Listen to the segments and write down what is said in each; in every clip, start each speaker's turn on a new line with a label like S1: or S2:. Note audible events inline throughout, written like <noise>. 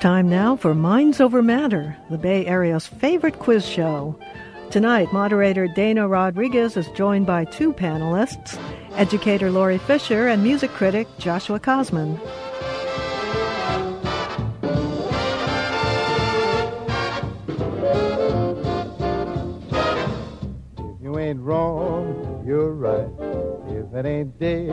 S1: time now for Minds Over Matter, the Bay Area's favorite quiz show. Tonight, moderator Dana Rodriguez is joined by two panelists, educator Lori Fisher and music critic Joshua Cosman.
S2: If you ain't wrong, you're right. If it ain't day,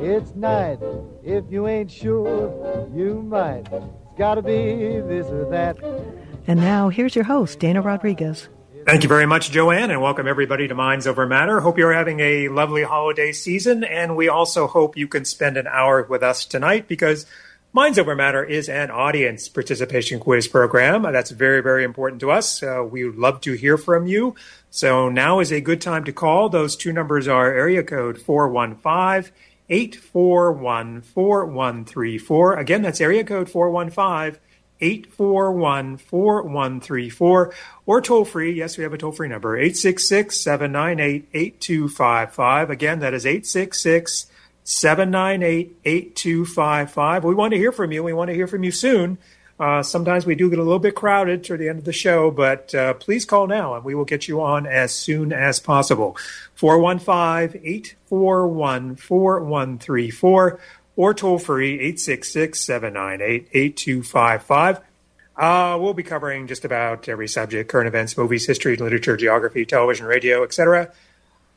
S2: it's night. If you ain't sure, you might. It's gotta be this or that.
S1: And now, here's your host, Dana Rodriguez.
S3: Thank you very much, Joanne, and welcome everybody to Minds Over Matter. Hope you're having a lovely holiday season, and we also hope you can spend an hour with us tonight because Minds Over Matter is an audience participation quiz program. That's very, very important to us. Uh, we would love to hear from you. So now is a good time to call. Those two numbers are area code 415 841 4134. Again, that's area code 415 841 4134 or toll free. Yes, we have a toll free number 866 798 8255. Again, that is 866 798 8255. We want to hear from you. We want to hear from you soon. Uh, sometimes we do get a little bit crowded toward the end of the show, but uh, please call now and we will get you on as soon as possible. 415 841 4134 or toll free 866 798 8255. Uh, We'll be covering just about every subject current events, movies, history, literature, geography, television, radio, etc.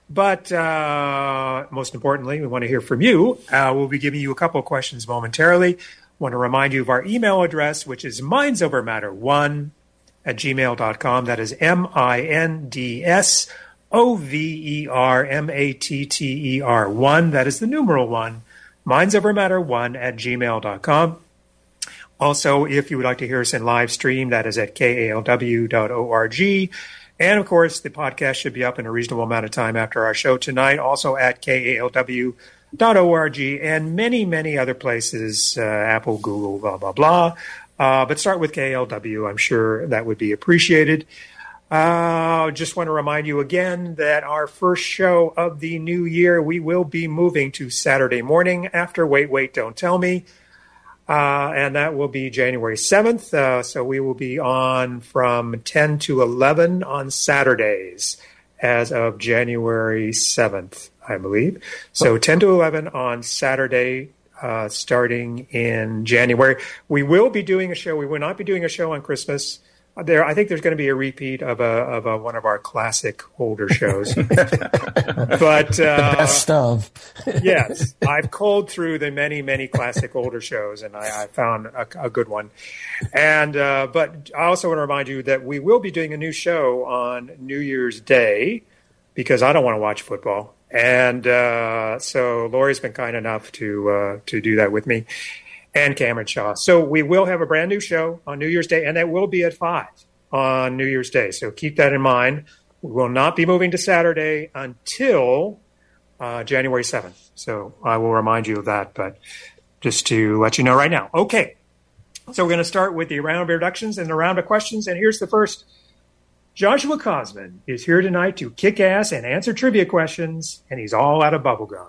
S3: But uh, most importantly, we want to hear from you. Uh, we'll be giving you a couple of questions momentarily. Want to remind you of our email address, which is mindsovermatter1 at gmail.com. That is M I N D S O V E R M A T T E R 1. That is the numeral 1. Mindsovermatter1 at gmail.com. Also, if you would like to hear us in live stream, that is at kalw.org. And of course, the podcast should be up in a reasonable amount of time after our show tonight, also at kalw.org and many, many other places uh, Apple, Google, blah, blah, blah. Uh, but start with KLW. I'm sure that would be appreciated. Uh, just want to remind you again that our first show of the new year, we will be moving to Saturday morning after Wait, Wait, Don't Tell Me. Uh, and that will be January 7th. Uh, so we will be on from 10 to 11 on Saturdays as of January 7th, I believe. So 10 to 11 on Saturday. Uh, starting in January, we will be doing a show. We will not be doing a show on Christmas. Uh, There, I think there's going to be a repeat of a of a, one of our classic older shows.
S4: <laughs>
S3: but uh,
S4: best of.
S3: yes, I've culled through the many, many classic older shows, and I, I found a, a good one. And uh, but I also want to remind you that we will be doing a new show on New Year's Day because I don't want to watch football, and uh, so Lori's been kind enough to uh, to do that with me, and Cameron Shaw. So we will have a brand new show on New Year's Day, and that will be at five on New Year's Day. So keep that in mind. We will not be moving to Saturday until uh, January 7th. So I will remind you of that, but just to let you know right now. Okay. So we're going to start with the round of introductions and the round of questions. And here's the first Joshua Cosman is here tonight to kick ass and answer trivia questions, and he's all out of bubblegum.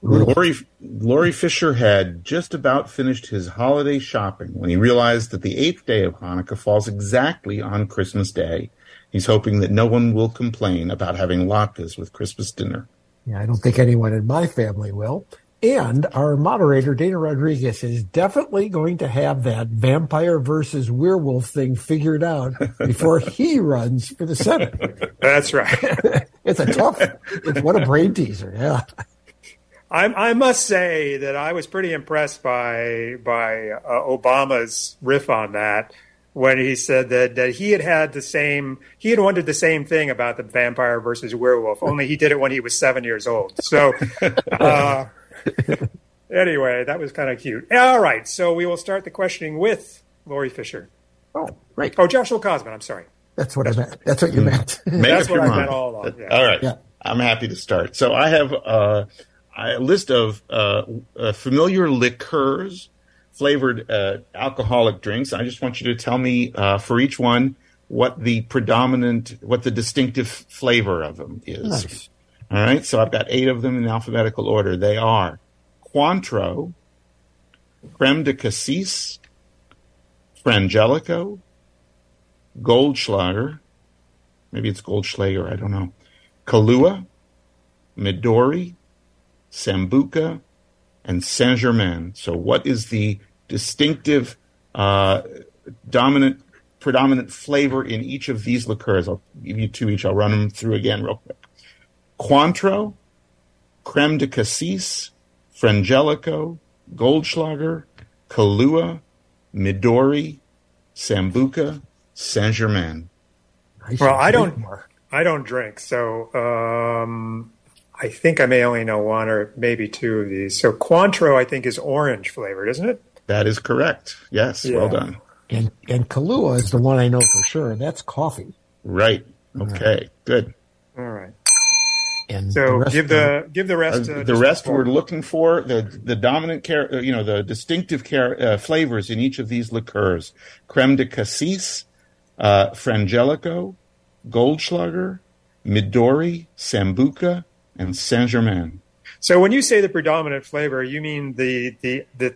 S5: Lori, Lori Fisher had just about finished his holiday shopping when he realized that the eighth day of Hanukkah falls exactly on Christmas Day. He's hoping that no one will complain about having latkes with Christmas dinner.
S4: Yeah, I don't think anyone in my family will. And our moderator, Dana Rodriguez, is definitely going to have that vampire versus werewolf thing figured out before he runs for the Senate.
S3: That's right.
S4: It's a tough, it's, what a brain teaser. Yeah.
S3: I, I must say that I was pretty impressed by by uh, Obama's riff on that when he said that that he had had the same he had wondered the same thing about the vampire versus werewolf only he did it when he was seven years old
S5: <laughs>
S3: so uh, anyway that was kind of cute all right so we will start the questioning with Lori Fisher
S4: Oh, right.
S3: oh Joshua Cosman I'm sorry
S4: That's what I meant. That's what you meant.
S5: Make
S3: That's
S5: up
S3: what
S5: your
S3: I
S5: mind.
S3: meant all along, yeah.
S5: All right.
S4: Yeah.
S5: I'm happy to start. So I have uh, a list of uh, uh, familiar liqueurs, flavored uh, alcoholic drinks. I just want you to tell me uh, for each one what the predominant, what the distinctive flavor of them is.
S4: Nice.
S5: All right. So I've got eight of them in alphabetical order. They are Cointreau, Creme de Cassis, Frangelico, Goldschlager, maybe it's Goldschlager, I don't know, Kahlua, Midori, Sambuca, and Saint Germain. So, what is the distinctive uh, dominant, predominant flavor in each of these liqueurs? I'll give you two each. I'll run them through again real quick. Cointreau, Creme de Cassis, Frangelico, Goldschlager, Kahlua, Midori, Sambuca, Saint Germain.
S3: Well, I don't, I don't drink, so um, I think I may only know one or maybe two of these. So Cointreau, I think, is orange flavored, isn't it?
S5: That is correct. Yes, well
S3: Yeah.
S5: done.
S4: And and Kahlua is the one I know for sure. That's coffee.
S5: Right. Okay. Good.
S3: All right.
S4: And the
S3: So
S4: rest
S3: give
S4: of
S3: the give the
S5: Uh,
S3: rest. uh,
S5: the
S3: just-
S5: rest we're looking for the the dominant care you know the distinctive care uh, flavors in each of these liqueurs: creme de cassis, uh, frangelico, Goldschlager, Midori, Sambuca, and Saint Germain.
S3: So when you say the predominant flavor, you mean the the the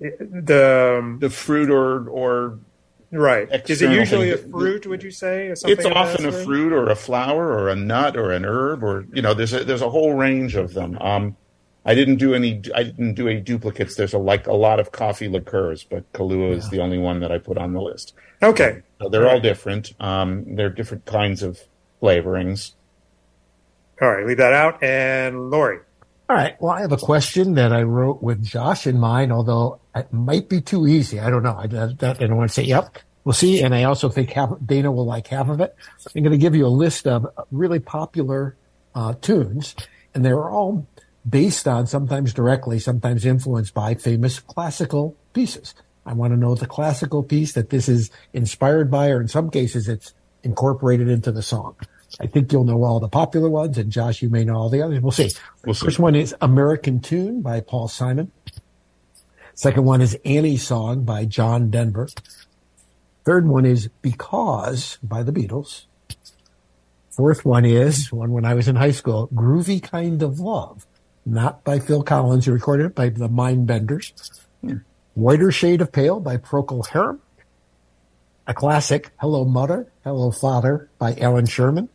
S3: the, um,
S5: The fruit or or
S3: right? Is it
S5: external
S3: usually a
S5: thing.
S3: fruit? Would you say? Or something
S5: it's
S3: of that
S5: often a
S3: sort?
S5: fruit or a flower or a nut or an herb or you know there's a, there's a whole range of them. Um, I didn't do any I didn't do any duplicates. There's a, like a lot of coffee liqueurs, but Kahlua is the only one that I put on the list.
S3: Okay.
S5: So they're all different. Um, they're different kinds of flavorings.
S3: All right. Leave that out. And Lori.
S4: All right. Well, I have a question that I wrote with Josh in mind, although it might be too easy. I don't know. I, that, that- I don't want to say, yep, we'll see. And I also think half, Dana will like half of it. I'm going to give you a list of really popular uh, tunes, and they're all based on, sometimes directly, sometimes influenced by famous classical pieces. I want to know the classical piece that this is inspired by, or in some cases, it's incorporated into the song. I think you'll know all the popular ones, and Josh, you may know all the others. We'll see.
S5: We'll see.
S4: First one is American Tune by Paul Simon. Second one is Annie's Song by John Denver. Third one is Because by the Beatles. Fourth one is one when I was in high school, Groovy Kind of Love, not by Phil Collins. He recorded it by the Mindbenders.
S6: Mm-hmm.
S4: Whiter Shade of Pale by Procol Harum. A classic, Hello Mother, Hello Father by Alan Sherman.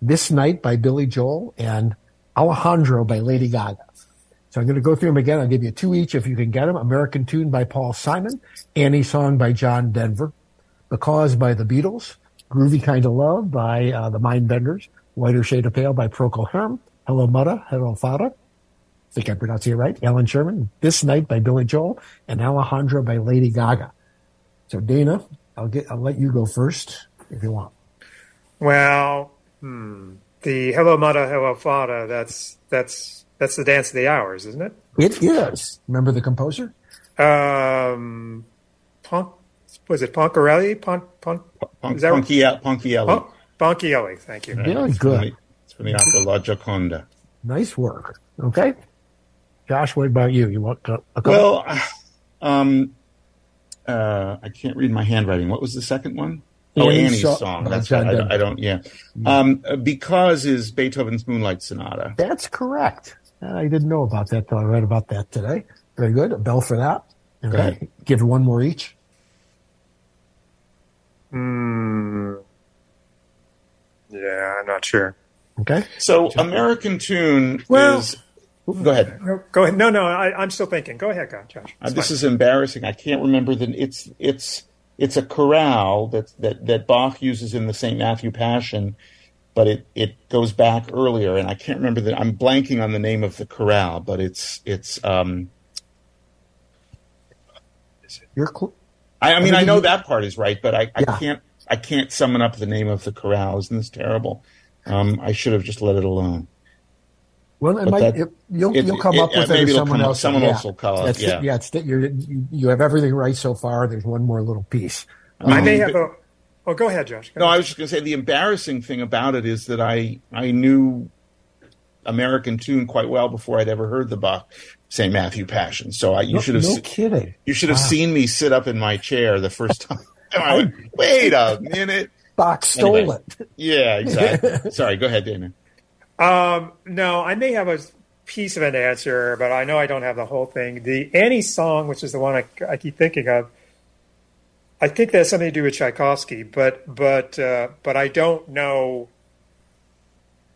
S4: This Night by Billy Joel and Alejandro by Lady Gaga. So I'm going to go through them again. I'll give you two each if you can get them. American Tune by Paul Simon, Annie Song by John Denver, Because by the Beatles, Groovy Kind of Love by uh, the Mindbenders, Whiter Shade of Pale by Procol Harum, Hello Mudda, Hello Fada, I think I pronounced it right, Alan Sherman, This Night by Billy Joel, and Alejandro by Lady Gaga. So Dana, I'll get, I'll let you go first if you want.
S3: Well, hmm, the Hello Mata Hello Fada. That's that's that's the dance of the hours, isn't it?
S4: It is. Remember the composer?
S3: Um, Punk was it Poncarelli? Pon, Pon,
S5: Punk,
S3: Is that-
S5: punky,
S3: Pon, Ponchielli. Thank you.
S4: Very
S5: it's
S4: good.
S5: From the, it's from the opera La Gioconda.
S4: Nice work. Okay. Josh, what about you? You want uh, a a couple?
S5: Well, um, uh, I can't read my handwriting. What was the second one? Oh,
S4: Annie's
S5: Annie's
S4: Song-
S5: song.
S4: by
S5: That's
S4: John Mm.
S5: right. I-
S4: Denver.
S5: I, don't. Yeah. Um, because is Beethoven's Moonlight Sonata.
S4: That's correct. Uh, I didn't know about that till I read about that today. Very good. A bell for that. Okay.
S5: ahead.
S4: Give it one more each.
S3: Hmm. Yeah, I'm not sure.
S4: Okay.
S5: So American Tune
S3: Well-
S5: is. Go ahead.
S3: No, Go ahead. No, no, I, I'm still thinking. Go ahead, Josh.
S5: Uh,
S3: It's
S5: this
S3: fine.
S5: is embarrassing. I can't remember the. It's it's it's a chorale that that that Bach uses in the St. Matthew Passion, but it it goes back earlier, and I can't remember that. I'm blanking on the name of the chorale, but it's it's. um
S4: You're cl-
S5: I, I mean, I know that part is right, but I, I
S4: Yeah.
S5: can't I can't summon up the name of the chorale. Isn't this terrible? Um, I should have just let it alone.
S4: well, it
S5: But
S4: might,
S5: that-
S4: it, you'll,
S5: it-
S4: you'll come
S5: it-
S4: up
S5: yeah,
S4: with it,
S5: maybe
S4: or
S5: it'll
S4: someone
S5: come up-
S4: else.
S5: someone else will call it,
S4: That's
S5: yeah.
S4: yeah it's, that you're, you you have everything right so far. There's one more little piece. Um,
S3: I may have a. Oh, go ahead, Josh. Go
S5: No, I
S3: ahead.
S5: was just going to say the embarrassing thing about it is that I I knew American tune quite well before I'd ever heard the Bach St. Matthew Passion. So I Uh, you
S4: No-
S5: should have
S4: no
S5: se-
S4: kidding.
S5: you should have seen me sit up in my chair the first time. <laughs> I went, Wait a minute.
S4: Bach stole
S5: Anyway.
S4: it.
S5: Yeah, exactly. Sorry, go ahead, Dana.
S3: Um, no, I may have a piece of an answer, but I know I don't have the whole thing. The Annie song, which is the one I, I keep thinking of, I think that has something to do with Tchaikovsky, but but uh, but I don't know.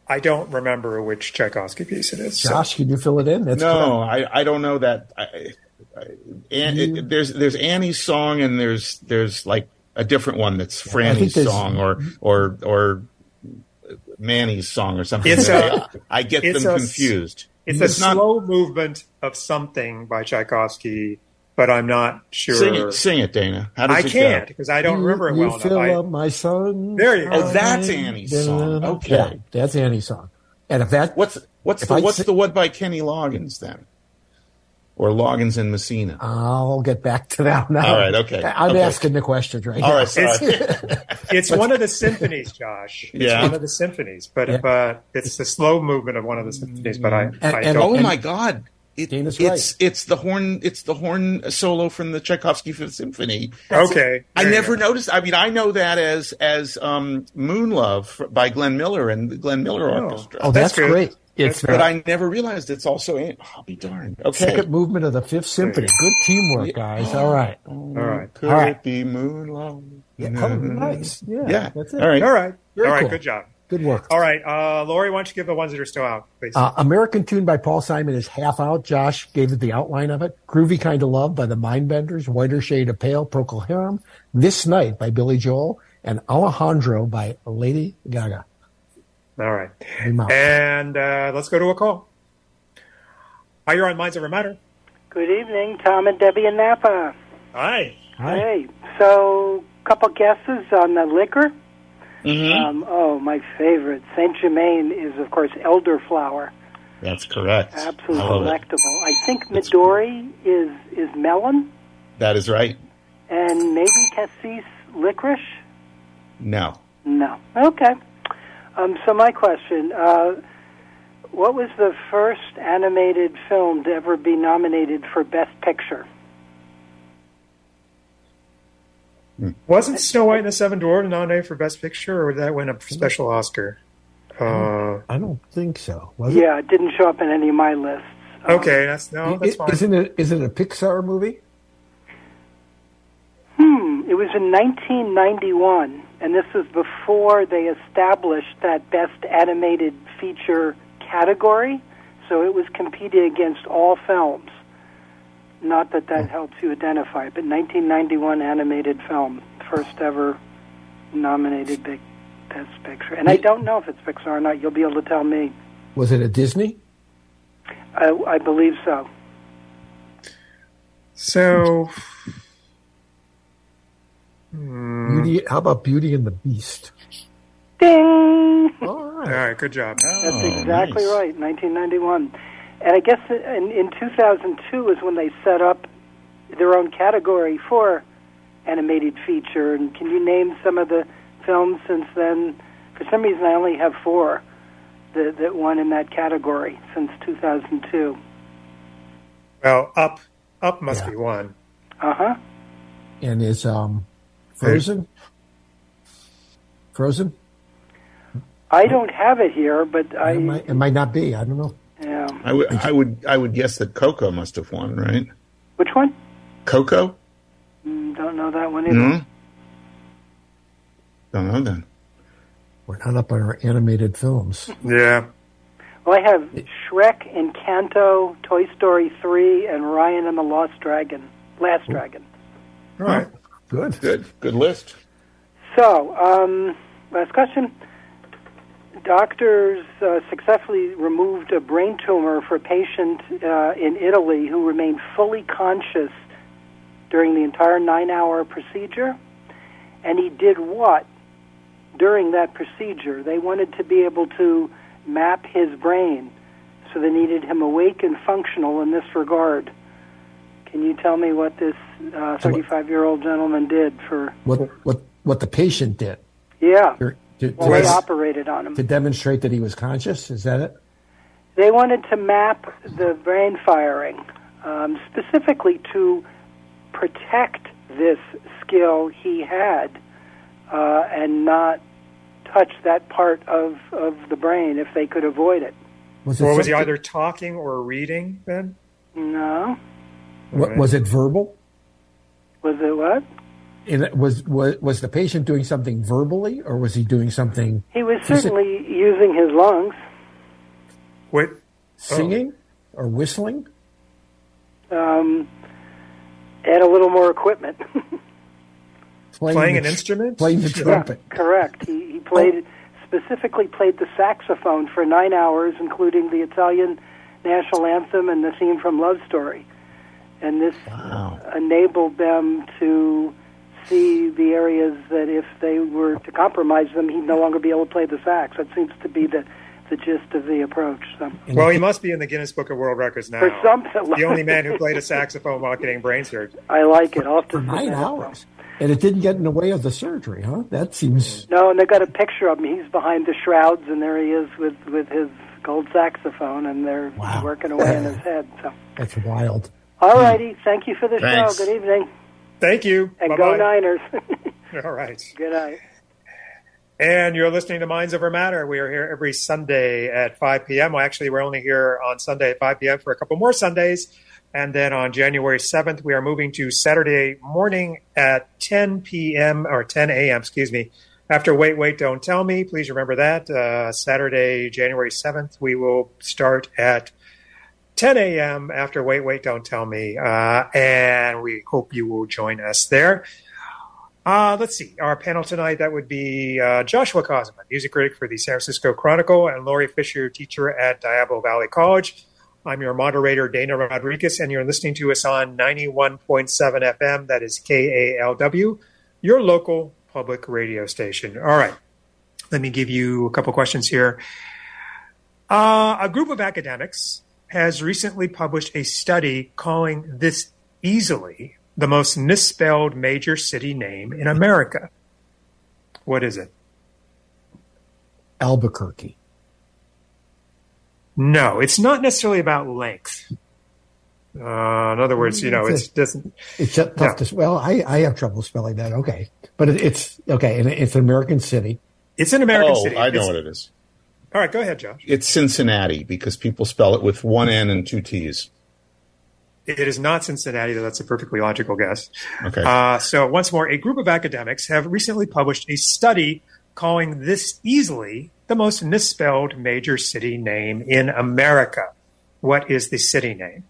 S3: I don't remember which Tchaikovsky piece it is. so-
S4: Josh, can you fill it in? That's
S5: no,
S4: correct.
S5: I, I don't know that. I, I, An-
S4: You-
S5: it- there's there's Annie's song and there's there's like a different one that's
S4: think
S5: Franny's
S4: there's-
S5: song or or or Manny's song or something.
S3: It's
S5: I <laughs> I get
S3: it's
S5: them
S3: a s-
S5: confused.
S3: It's a
S5: not-
S3: slow movement of something by Tchaikovsky, but I'm not sure.
S5: Sing it, sing it, Dana. How does
S3: I
S5: it go?
S3: can't because I don't
S4: You-
S3: remember it
S4: you
S3: well enough.
S4: fill
S3: I-
S4: up my son.
S3: There you go.
S5: Oh, that's Annie's song. Okay.
S4: Yeah, that's Annie's song. And if that
S5: What's what's
S4: If
S5: the,
S4: I
S5: what's
S4: sing-
S5: the one by Kenny Loggins then, or Loggins and Messina?
S4: I'll get back to that now.
S5: All right, okay,
S4: I'm
S5: okay.
S4: asking the questions right
S5: All
S4: now.
S5: right, sorry.
S3: it's one of the symphonies, Josh. It's
S5: Yeah.
S3: one of the symphonies, but
S4: Yeah.
S3: but it's the slow movement of one of the
S4: Mm.
S3: symphonies. But I, I
S4: and-
S3: don't.
S5: oh
S4: and-
S5: my God! It,
S4: Dana's
S5: it's it's the horn it's the horn solo from the Tchaikovsky Fifth Symphony.
S3: okay,
S5: I
S3: there you
S5: never
S3: go.
S5: noticed. I mean, I know that as as um, Moon Love by Glenn Miller and the Glenn Miller Orchestra.
S4: Oh,
S3: That's
S4: that's,
S3: good.
S4: great. It's
S5: but
S4: the
S5: I never realized it's also. An- I'll be darned. <laughs> Okay.
S4: second movement of the Fifth Symphony. Good teamwork, guys. All right.
S3: All right,
S5: Oh, Could
S4: All right.
S5: it be Moon Love?
S4: Yeah, oh, nice. Yeah,
S5: Yeah.
S4: That's it.
S5: All right.
S3: all right,
S4: Very
S3: all right.
S4: cool.
S3: Good job.
S4: Good work.
S3: All right, uh, Lori, why don't you give the ones that are still out, please?
S4: Uh, American Tune by Paul Simon is half out. Josh gave it the outline of it. Groovy Kind of Love by the Mindbenders. Whiter Shade of Pale, Procol Harum. This Night by Billy Joel. And Alejandro by Lady Gaga.
S3: all right,
S4: I'm out.
S3: and uh, let's go to a call. Hi, you're on Minds Over Matter.
S7: Good evening, Tom and Debbie and Napa.
S3: Hi.
S4: Hi.
S7: Hey, so couple guesses on the liquor.
S5: Mhm.
S7: Um, oh, my favorite Saint Germain is of course elderflower,
S5: That's correct.
S7: absolutely
S5: I love it.
S7: delectable. I think Midori is is melon,
S5: That is right.
S7: and maybe cassis licorice.
S5: No.
S7: No, okay. Um, so my question: uh, What was the first animated film to ever be nominated for Best Picture?
S3: Wasn't Snow White and the Seven Dwarfs nominated for Best Picture, or did that win a special Oscar? Uh,
S4: I don't think so. Was it?
S7: Yeah, it didn't show up in any of my lists. Um,
S3: okay, that's no, that's
S4: I-
S3: fine.
S4: Isn't it? Isn't it a Pixar movie?
S7: Hmm, It was in 1991, and this was before they established that Best Animated Feature category, so it was competing against all films. Not that
S4: Hmm.
S7: that helps you identify, it, but 1991 animated film, first ever nominated big Best Picture. And I don't know if it's Pixar or not. You'll be able to tell me.
S4: Was it a Disney?
S7: I, I believe so.
S3: So hmm.
S4: Beauty, how about Beauty and the Beast?
S7: Ding!
S4: All
S3: All
S4: right.
S3: right, good job.
S7: That's
S5: Oh,
S7: exactly
S5: nice.
S7: right, 1991. And I guess in, in 2002 is when they set up their own category for animated feature. And can you name some of the films since then? For some reason, I only have four that, that won in that category since 2002.
S3: Well, up, up must
S4: Yeah.
S3: be one.
S7: Uh huh.
S4: And is um, Frozen? Frozen?
S7: I don't have it here, but I.
S4: It might, it might not be. I don't know.
S7: yeah.
S5: I would I would I would guess that Coco must have won, right?
S7: Which one?
S5: Coco? Hmm?
S7: Mm, Don't know that one either.
S5: No. Don't know then.
S4: We're not up on our animated films.
S3: Yeah.
S7: Well, I have Shrek, Encanto, Toy Story 3, and Ryan and the Lost Dragon. Last Dragon.
S3: All right.
S4: Oh, Good.
S5: Good. Good list.
S7: So, um, last question. Doctors uh, successfully removed a brain tumor for a patient uh, in Italy who remained fully conscious during the entire nine hour procedure. And he did what during that procedure? They wanted to be able to map his brain, so they needed him awake and functional in this regard. Can you tell me what this 35 year old gentleman did for
S4: What what what the patient did
S7: yeah.
S4: to, to,
S7: Well, they
S3: Was-
S7: operated on
S4: to
S7: him.
S4: demonstrate that he was conscious? Is that it?
S7: They wanted to map the brain firing um, specifically to protect this skill he had uh, and not touch that part of, of the brain if they could avoid it.
S4: Was it,
S3: Or was he
S4: something-
S3: either talking or reading then?
S7: No?
S4: wa- was it verbal?
S7: Was it what?
S4: and was was was the patient doing something verbally, or was he doing something
S7: He was certainly using his lungs.
S3: Wait,
S4: singing or whistling?
S7: Um, add a little more equipment. <laughs>
S3: playing
S4: the
S3: an
S4: tr-
S3: instrument?
S4: Playing the trumpet. Oh.
S7: Correct. He, he played specifically played the saxophone for nine hours, including the Italian national anthem and the theme from Love Story. And this enabled them to see the areas that if they were to compromise them, he'd no longer be able to play the sax. That seems to be the the gist of the approach. So,
S3: Well, he must be in the Guinness Book of World Records now.
S7: For something.
S3: the only man who played a saxophone while getting brain surgery.
S7: I like it. I'll have to
S4: Nine
S7: submit it.
S4: hours, and it didn't get in the way of the surgery, huh? That seems
S7: No, and they got a picture of him. He's behind the shrouds, and there he is with with his gold saxophone, and they're
S4: Wow.
S7: working away in
S3: <laughs>
S7: his head. So,
S4: that's wild.
S7: all righty, thank you for the
S5: Thanks.
S7: show. Good evening,
S3: Thank you.
S7: and go
S3: Bye-bye.
S7: Niners. <laughs>
S3: All right.
S7: Good night.
S3: And you're listening to Minds Over Matter. We are here every Sunday at 5 p.m. Well, actually, we're only here on Sunday at 5 p.m. for a couple more Sundays. And then on January 7th, we are moving to Saturday morning at 10 p.m. or 10 a.m., excuse me. After Wait, Wait, Don't Tell Me, please remember that. Uh, Saturday, January 7th, we will start at 10 a.m. after Wait, Wait, Don't Tell Me. Uh, and we hope you will join us there. Uh, let's see. Our panel tonight that would be uh, Joshua Cosman, music critic for the San Francisco Chronicle, and Laurie Fisher, teacher at Diablo Valley College. I'm your moderator, Dana Rodriguez, and you're listening to us on 91.7 FM. That is KALW, your local public radio station. All right. Let me give you a couple questions here. Uh, a group of academics has recently published a study calling this easily the most misspelled major city name in America. What is it?
S4: Albuquerque.
S3: No, it's not necessarily about length. Uh, in other words, you know, it doesn't.
S4: It's just tough to. Well, I, I have trouble spelling that. Okay, but it, it's okay, and it's an American city.
S3: It's an American
S5: Oh,
S3: city.
S5: I know
S3: It's-
S5: what it is.
S3: All right, go ahead, Josh.
S5: It's Cincinnati because people spell it with one N and two T's.
S3: It is not Cincinnati, though that's a perfectly logical guess.
S5: Okay.
S3: Uh, so, once more, a group of academics have recently published a study calling this easily the most misspelled major city name in America. What is the city name?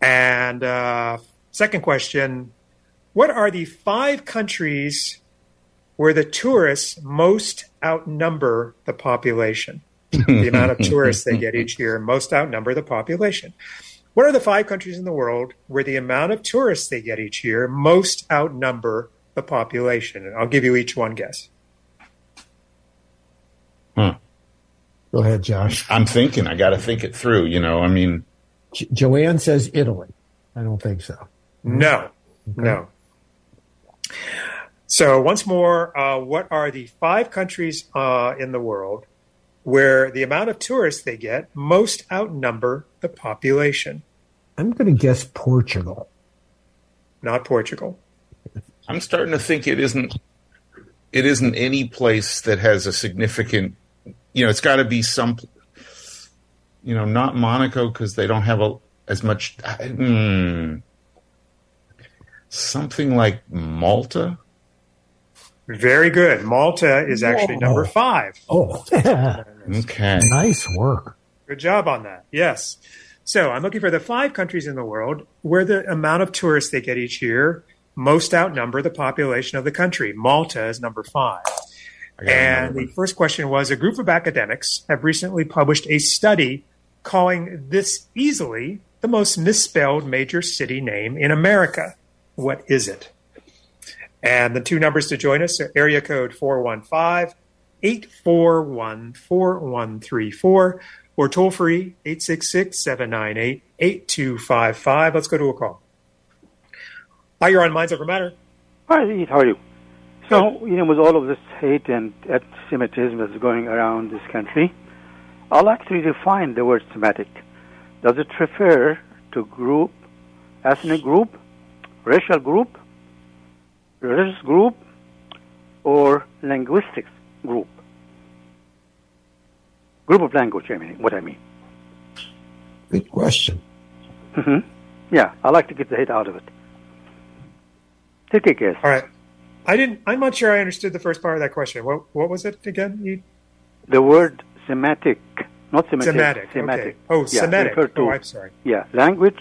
S3: And uh, second question What are the five countries where the tourists most outnumber the population? the amount of tourists
S4: <laughs>
S3: they get each year most outnumber the population. What are the five countries in the world where the amount of tourists they get each year most outnumber the population? And I'll give you each one guess.
S4: Go ahead, Josh.
S5: I'm thinking. I got to think it through. You know, I mean,
S4: Jo- Joanne says Italy. I don't think so.
S3: No, no. So, once more, uh, what are the five countries uh, in the world where the amount of tourists they get most outnumber the population?
S4: I'm going to guess Portugal.
S3: Not Portugal.
S5: I'm starting to think it isn't. It isn't any place that has a significant. You know, it's got to be some. You know, not Monaco because they don't have a as much. I- hmm. something like Malta.
S3: Very good. Malta is actually
S4: Whoa.
S3: number five.
S4: Oh, <laughs>
S5: Okay.
S4: nice work.
S3: Good job on that. Yes. So I'm looking for the five countries in the world where the amount of tourists they get each year most outnumber the population of the country. Malta is number five.
S5: I gotta
S3: And
S5: remember.
S3: the first question was a group of academics have recently published a study calling this easily the most misspelled major city name in America. What is it? And the two numbers to join us are area code 415 841 4134 or toll free 866 798 8255. Let's go to a call. Hi, you're on Minds Over Matter.
S8: Hi, Heath. How are you? So, you know, with all of this hate and anti-Semitism that's going around this country, I'd like to redefine the word Semitic. Does it refer to group, ethnic group, racial group, religious group, or linguistics group? Group of language, I mean, what I mean.
S4: Good question.
S8: Mm-hmm. hmm Yeah, I like to get the hate out of it. Take a guess.
S3: All right. I didn't. I'm not sure I understood the first part of that question. What What was it again? You,
S8: The word semantic, not semantic.
S3: Semantic, okay. Oh, Semitic.
S8: refer to-
S3: Oh, I'm sorry.
S8: Yeah, language,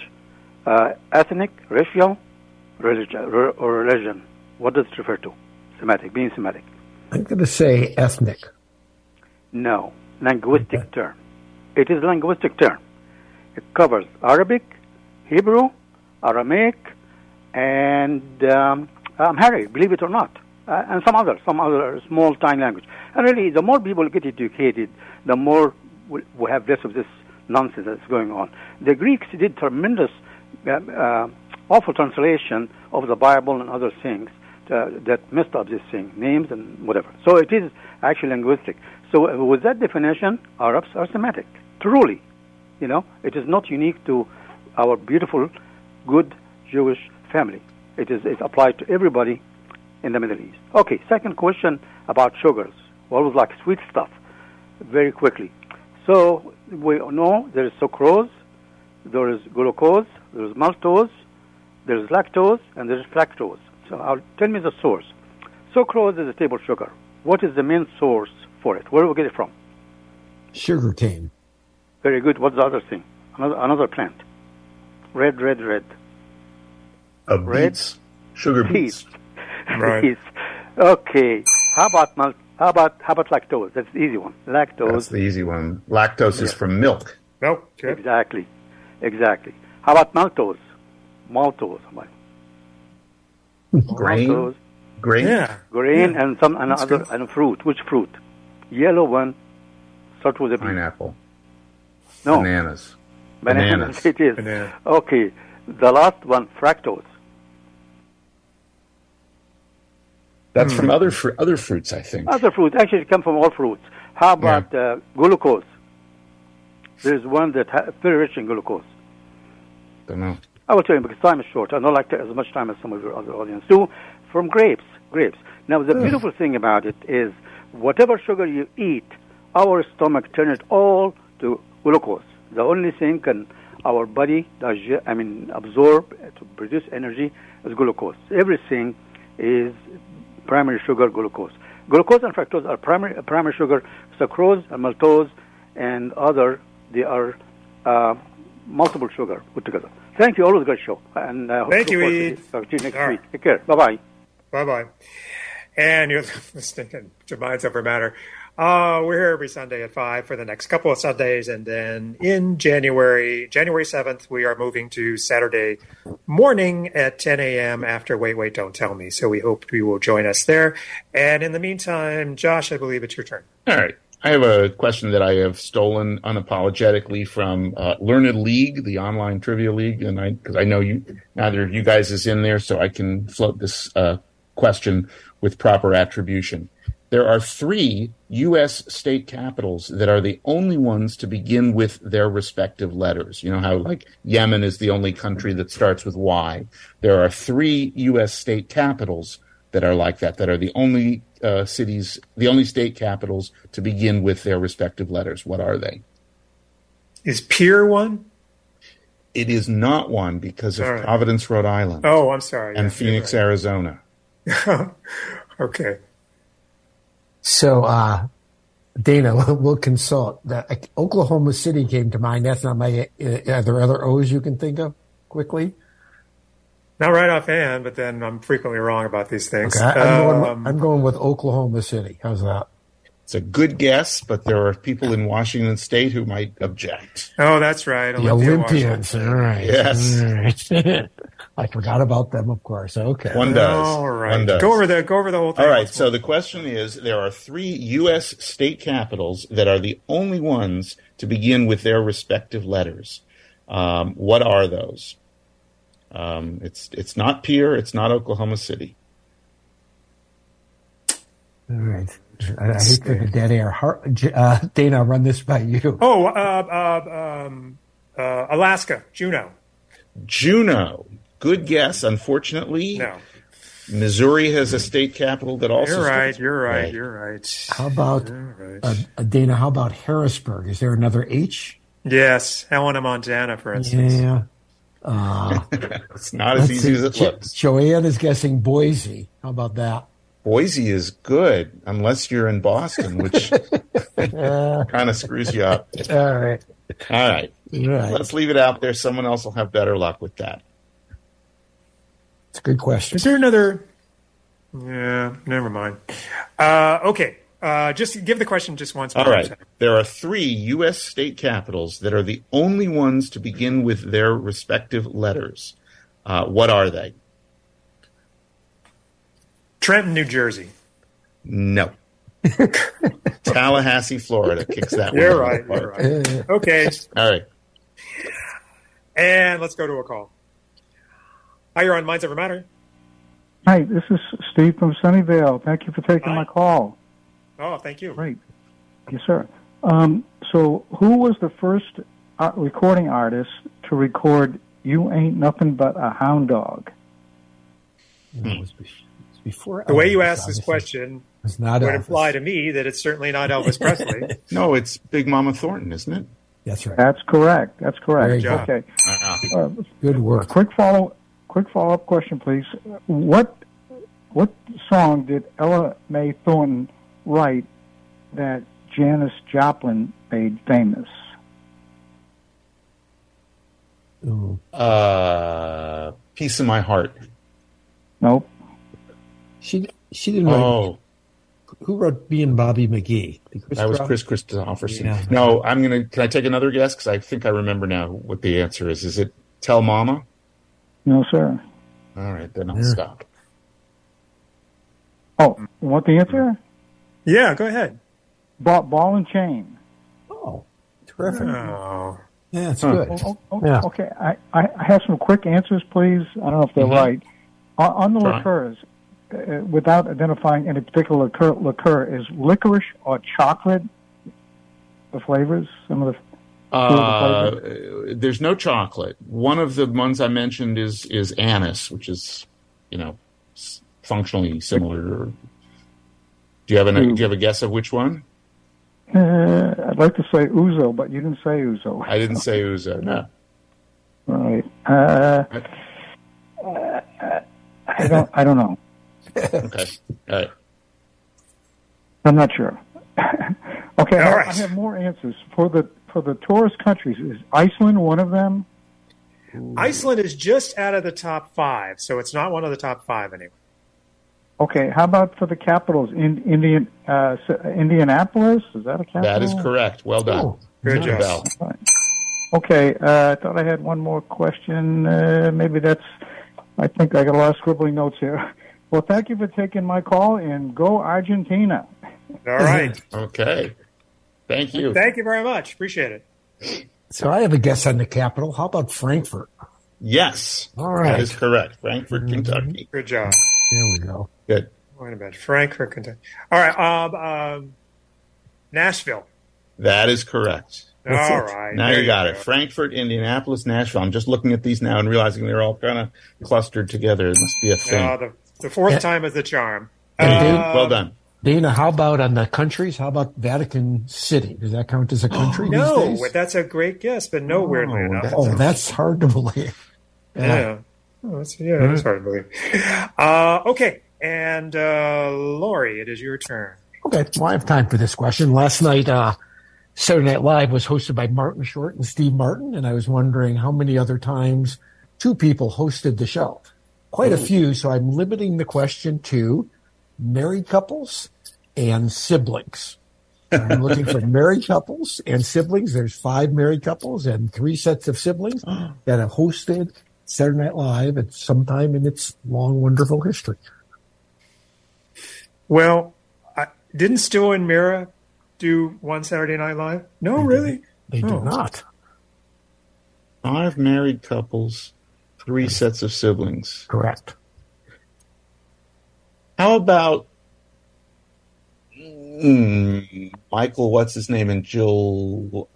S8: uh, ethnic, racial, religion, or or religion. What does it refer to? Semantic, being semantic.
S4: I'm going to say ethnic.
S8: No, linguistic term. It is a linguistic term. It covers Arabic, Hebrew, Aramaic, and um, Amharic. Believe it or not, uh, and some other, some other small tiny language. And really, the more people get educated, the more we we have less of this nonsense that's going on. The Greeks did tremendous, um, uh, awful translation of the Bible and other things uh, that messed up this thing, names and whatever. So it is actually linguistic. So uh, with that definition, Arabs are Semitic. Truly, you know, it is not unique to our beautiful, good Jewish family. It is it's applied to everybody in the Middle East. Okay, second question about sugars. What was like sweet stuff? Very quickly. So we know there is sucrose, there is glucose, there is maltose, there is lactose, and there is fructose. So I'll, tell me the source. Sucrose is a table sugar. What is the main source for it? Where do we get it from?
S4: Sugar cane.
S8: Very good. What's the other thing? Another, another plant. Red, red, red. <laughs>
S5: Uh,
S8: Red.
S5: beets, sugar
S8: <laughs>
S5: beets.
S8: Peas.
S3: Right.
S8: Peas. Okay. How about mal- how about how about lactose? That's the easy one.
S5: That's
S8: Lactose.
S5: the easy one. Lactose is from milk.
S3: No. Good.
S8: Exactly. Exactly. How about maltose? Maltose. I'm like,
S5: Grain.
S8: Maltose.
S5: Grain.
S3: Yeah.
S8: Grain and some and
S3: That's
S8: other
S3: good.
S8: and fruit. Which fruit? Yellow one. Start with a B.
S5: Pineapple.
S8: No.
S5: Bananas.
S8: Bananas. <laughs>
S5: Bananas.
S8: It is.
S3: Banana.
S8: Okay. The last one, fructose.
S5: That's from other fru- other fruits, I think.
S8: Other fruits. Actually, it comes from all fruits. How about uh, glucose? There's one that ha- very rich in glucose.
S5: Don't know.
S8: I will tell you because time is short. I don't like to, as much time as some of your other audience do. From grapes, grapes. Now
S3: Hmm.
S8: the beautiful thing about it is, whatever sugar you eat, our stomach turns it all to glucose. The only thing can our body, dig- I mean, absorb uh, to produce energy is glucose. Everything is primary sugar, glucose. Glucose and fructose are primary uh, primary sugar. Sucrose and maltose and other they are uh, multiple sugar put together. Thank you. Always great show. And uh,
S3: Thank you,
S8: look forward to
S3: Ed.
S8: this. Talk to you next
S3: All
S8: week.
S3: right.
S8: Take care. Bye bye.
S3: Bye bye. And you're <laughs> listening to Minds Over Matter. Uh, we're here every Sunday at 5 for the next couple of Sundays. And then in January, January 7th, we are moving to Saturday morning at 10 a.m. after Wait, Wait, Don't Tell Me. So we hope you will join us there. And in the meantime, Josh, I believe it's your turn.
S5: All right. I have a question that I have stolen unapologetically from uh, Learned League, the online trivia league, and I because I know you neither of you guys is in there, so I can float this uh, question with proper attribution. There are three U.S. state capitals that are the only ones to begin with their respective letters. You know how like Yemen is the only country that starts with Y. There are three U.S. state capitals that are like that, that are the only uh, cities, the only state capitals to begin with their respective letters. What are they?
S3: Is Pier one?
S5: It is not one because of
S3: All right.
S5: Providence, Rhode Island,
S3: Oh, I'm sorry.
S5: and
S3: Yeah,
S5: Phoenix,
S3: you're
S5: Arizona.
S3: right. okay.
S4: So, uh, Dana, <laughs> we'll- we'll consult. The, Oklahoma City came to mind. That's not my. Uh, are there other O's you can think of quickly?
S3: Not right offhand, but then I'm frequently wrong about these things.
S4: Okay, I, I'm, going,
S3: Um,
S4: with- I'm going with Oklahoma City. How's that?
S5: It's a good guess, but there are people in Washington State who might object.
S3: oh, that's right.
S4: The
S3: Olympia, Washington.
S4: Olympians. uh, All right.
S5: Yes.
S4: All right. <laughs> I forgot about them, of course. Okay.
S5: One does.
S3: All right.
S5: One does.
S3: Go over the go over the whole thing.
S5: All right.
S3: once
S5: So
S3: more.
S5: the question is: There are three U.S. state capitals that are the only ones to begin with their respective letters. Um, what are those? Um, it's it's not Pierre. It's not Oklahoma City.
S4: All right. I, I hate the dead air. Har- J- uh, <laughs> Dana, I'll run this by you.
S3: oh, uh, uh, um, uh, Alaska, Juneau.
S5: Juneau. Good guess. Unfortunately,
S3: No,
S5: Missouri has a state capital that also.
S3: you're right.
S5: starts-
S3: You're right. You're right.
S4: How about uh, uh, Dana? How about Harrisburg? Is there another H?
S3: Yes, Helena, Montana, for instance.
S4: Yeah. Uh,
S5: <laughs> it's not as
S4: let's
S5: easy
S4: see,
S5: as it
S4: Jo-
S5: looks.
S4: Joanne is guessing Boise. How about
S5: <laughs>
S4: that?
S5: Boise is good unless you're in
S3: <laughs>
S5: Boston, which kind of screws you up.
S4: All right.
S5: All right.
S4: Right.
S5: Let's leave it out there. Someone else will have better luck with that.
S4: It's a good question.
S3: Is there another? Yeah, never mind. Uh, okay, uh, just give the question just once.
S5: All
S3: more.
S5: right. There are three U.S. state capitals that are the only ones to begin with their respective letters. Uh, what are they?
S3: Trenton, New Jersey.
S5: No. Tallahassee, Florida kicks that one.
S3: You're
S5: out
S3: right.
S5: of the
S3: You're
S4: <laughs>
S5: park.
S3: right. Okay,
S5: All right.
S3: and let's go to a call. Hi, you're on Minds Over Matter.
S9: Hi, this is Steve from Sunnyvale. Thank you for taking
S3: Hi.
S9: my call.
S3: Oh, thank you.
S9: Great. Yes, sir. Um, so, who was the first uh, recording artist to record You Ain't Nothing But a Hound Dog?
S5: Hmm.
S4: It was be- it was before
S3: The way you
S4: Elvis,
S3: asked this
S4: obviously.
S3: question
S4: It's not
S3: would
S4: Elvis.
S3: imply to me that it's certainly not Elvis
S4: <laughs>
S3: Presley.
S5: No, it's Big Mama Thornton, isn't it?
S4: That's right.
S9: That's correct. That's
S4: Very
S9: correct.
S4: good.
S9: Okay.
S5: Ah,
S9: Uh,
S4: Good work.
S9: quick follow. Quick follow-up question, please. What what song did Ella Mae Thornton write that Janis Joplin made famous?
S4: Ooh.
S5: Uh, Peace of My Heart.
S9: Nope.
S4: She she didn't write.
S5: Oh,
S4: Who wrote "Me and Bobby McGee"? Did Chris
S5: that was
S4: Brown?
S5: Chris Christopherson.
S4: Yeah.
S5: No, I'm going to. Can I take another guess? Because I think I remember now what the answer is. Is it Tell Mama?
S9: No, sir.
S5: All right, then I'll
S4: Yeah.
S5: stop.
S9: Oh, want the answer?
S3: yeah, go ahead.
S9: Ball, ball and chain.
S4: Oh, terrific.
S3: Oh,
S4: Yeah, that's good.
S9: Oh, oh,
S4: Yeah.
S9: Okay, I, I I have some quick answers, please. I don't know if they're right. On, on the
S5: Mm-hmm. Sure.
S9: liqueurs, uh, without identifying any particular liqueur, liqueur, is licorice or chocolate the flavors? Some of the
S5: Uh, there's no chocolate. One of the ones I mentioned is is anise, which is you know s- functionally similar. Do you have an, do you have a guess of which one?
S9: uh, I'd like to say ouzo, but you didn't say ouzo.
S5: I didn't say uzo. No.
S9: Right. Uh, I don't. I don't know.
S5: <laughs> Okay. All <laughs> right.
S9: I'm not sure. <laughs> okay,
S3: All
S9: I-
S3: right.
S9: I have more answers for the for the tourist countries. Is Iceland one of them?
S3: Iceland is just out of the top five, so it's not one of the top five anyway.
S9: Okay, how about for the capitals? In Indian uh, S- Indianapolis is that a capital?
S5: That is correct. Well done.
S4: Oh,
S3: Good
S5: Good
S3: job.
S5: bell.
S9: Okay, uh, I thought I had one more question. Uh, maybe that's. I think I got a lot of scribbling notes here. <laughs> Well, thank you for taking my call and go Argentina.
S3: All right.
S5: <laughs> Okay. Thank you.
S3: Thank you very much. Appreciate it.
S4: So I have a guess on the capital. How about Frankfurt?
S5: Yes.
S4: All
S5: That
S4: right. Mm-hmm.
S5: is correct. Frankfurt, Kentucky.
S3: Good job.
S4: There we go.
S5: Good.
S3: Wait a minute. Frankfurt, Kentucky. All right. Um, um, Nashville.
S5: That is correct.
S3: All right.
S5: Now
S3: there
S5: you got it.
S3: go.
S5: Frankfurt, Indianapolis, Nashville. I'm just looking at these now and realizing they're all kind of clustered together. It must be a thing.
S3: Now Uh, the, the fourth time is the charm.
S4: And Dave-
S3: Uh,
S5: well done.
S4: Dana, how about on the countries? How about Vatican City? Does that count as a country
S3: <gasps> No,
S4: these days?
S3: that's a great guess, but no, weirdly enough.
S4: oh, that's hard to believe.
S3: yeah. Oh, that's, yeah, that's hard to believe. Uh, okay. And uh, Lori, it is your turn.
S4: Okay, well, I have time for this question. Last night, uh, Saturday Night Live was hosted by Martin Short and Steve Martin, and I was wondering how many other times two people hosted the show. Quite a few, so I'm limiting the question to married couples and siblings. I'm looking for married couples and siblings. There's five married couples and three sets of siblings that have hosted Saturday Night Live at some time in its long, wonderful history.
S3: Well, I, didn't Stu and Mira do one Saturday Night Live? No, really?
S4: They
S3: Oh.
S4: do not.
S5: Five married couples, three sets of siblings.
S4: Correct.
S5: How about mm, Michael? What's his name? And Jill,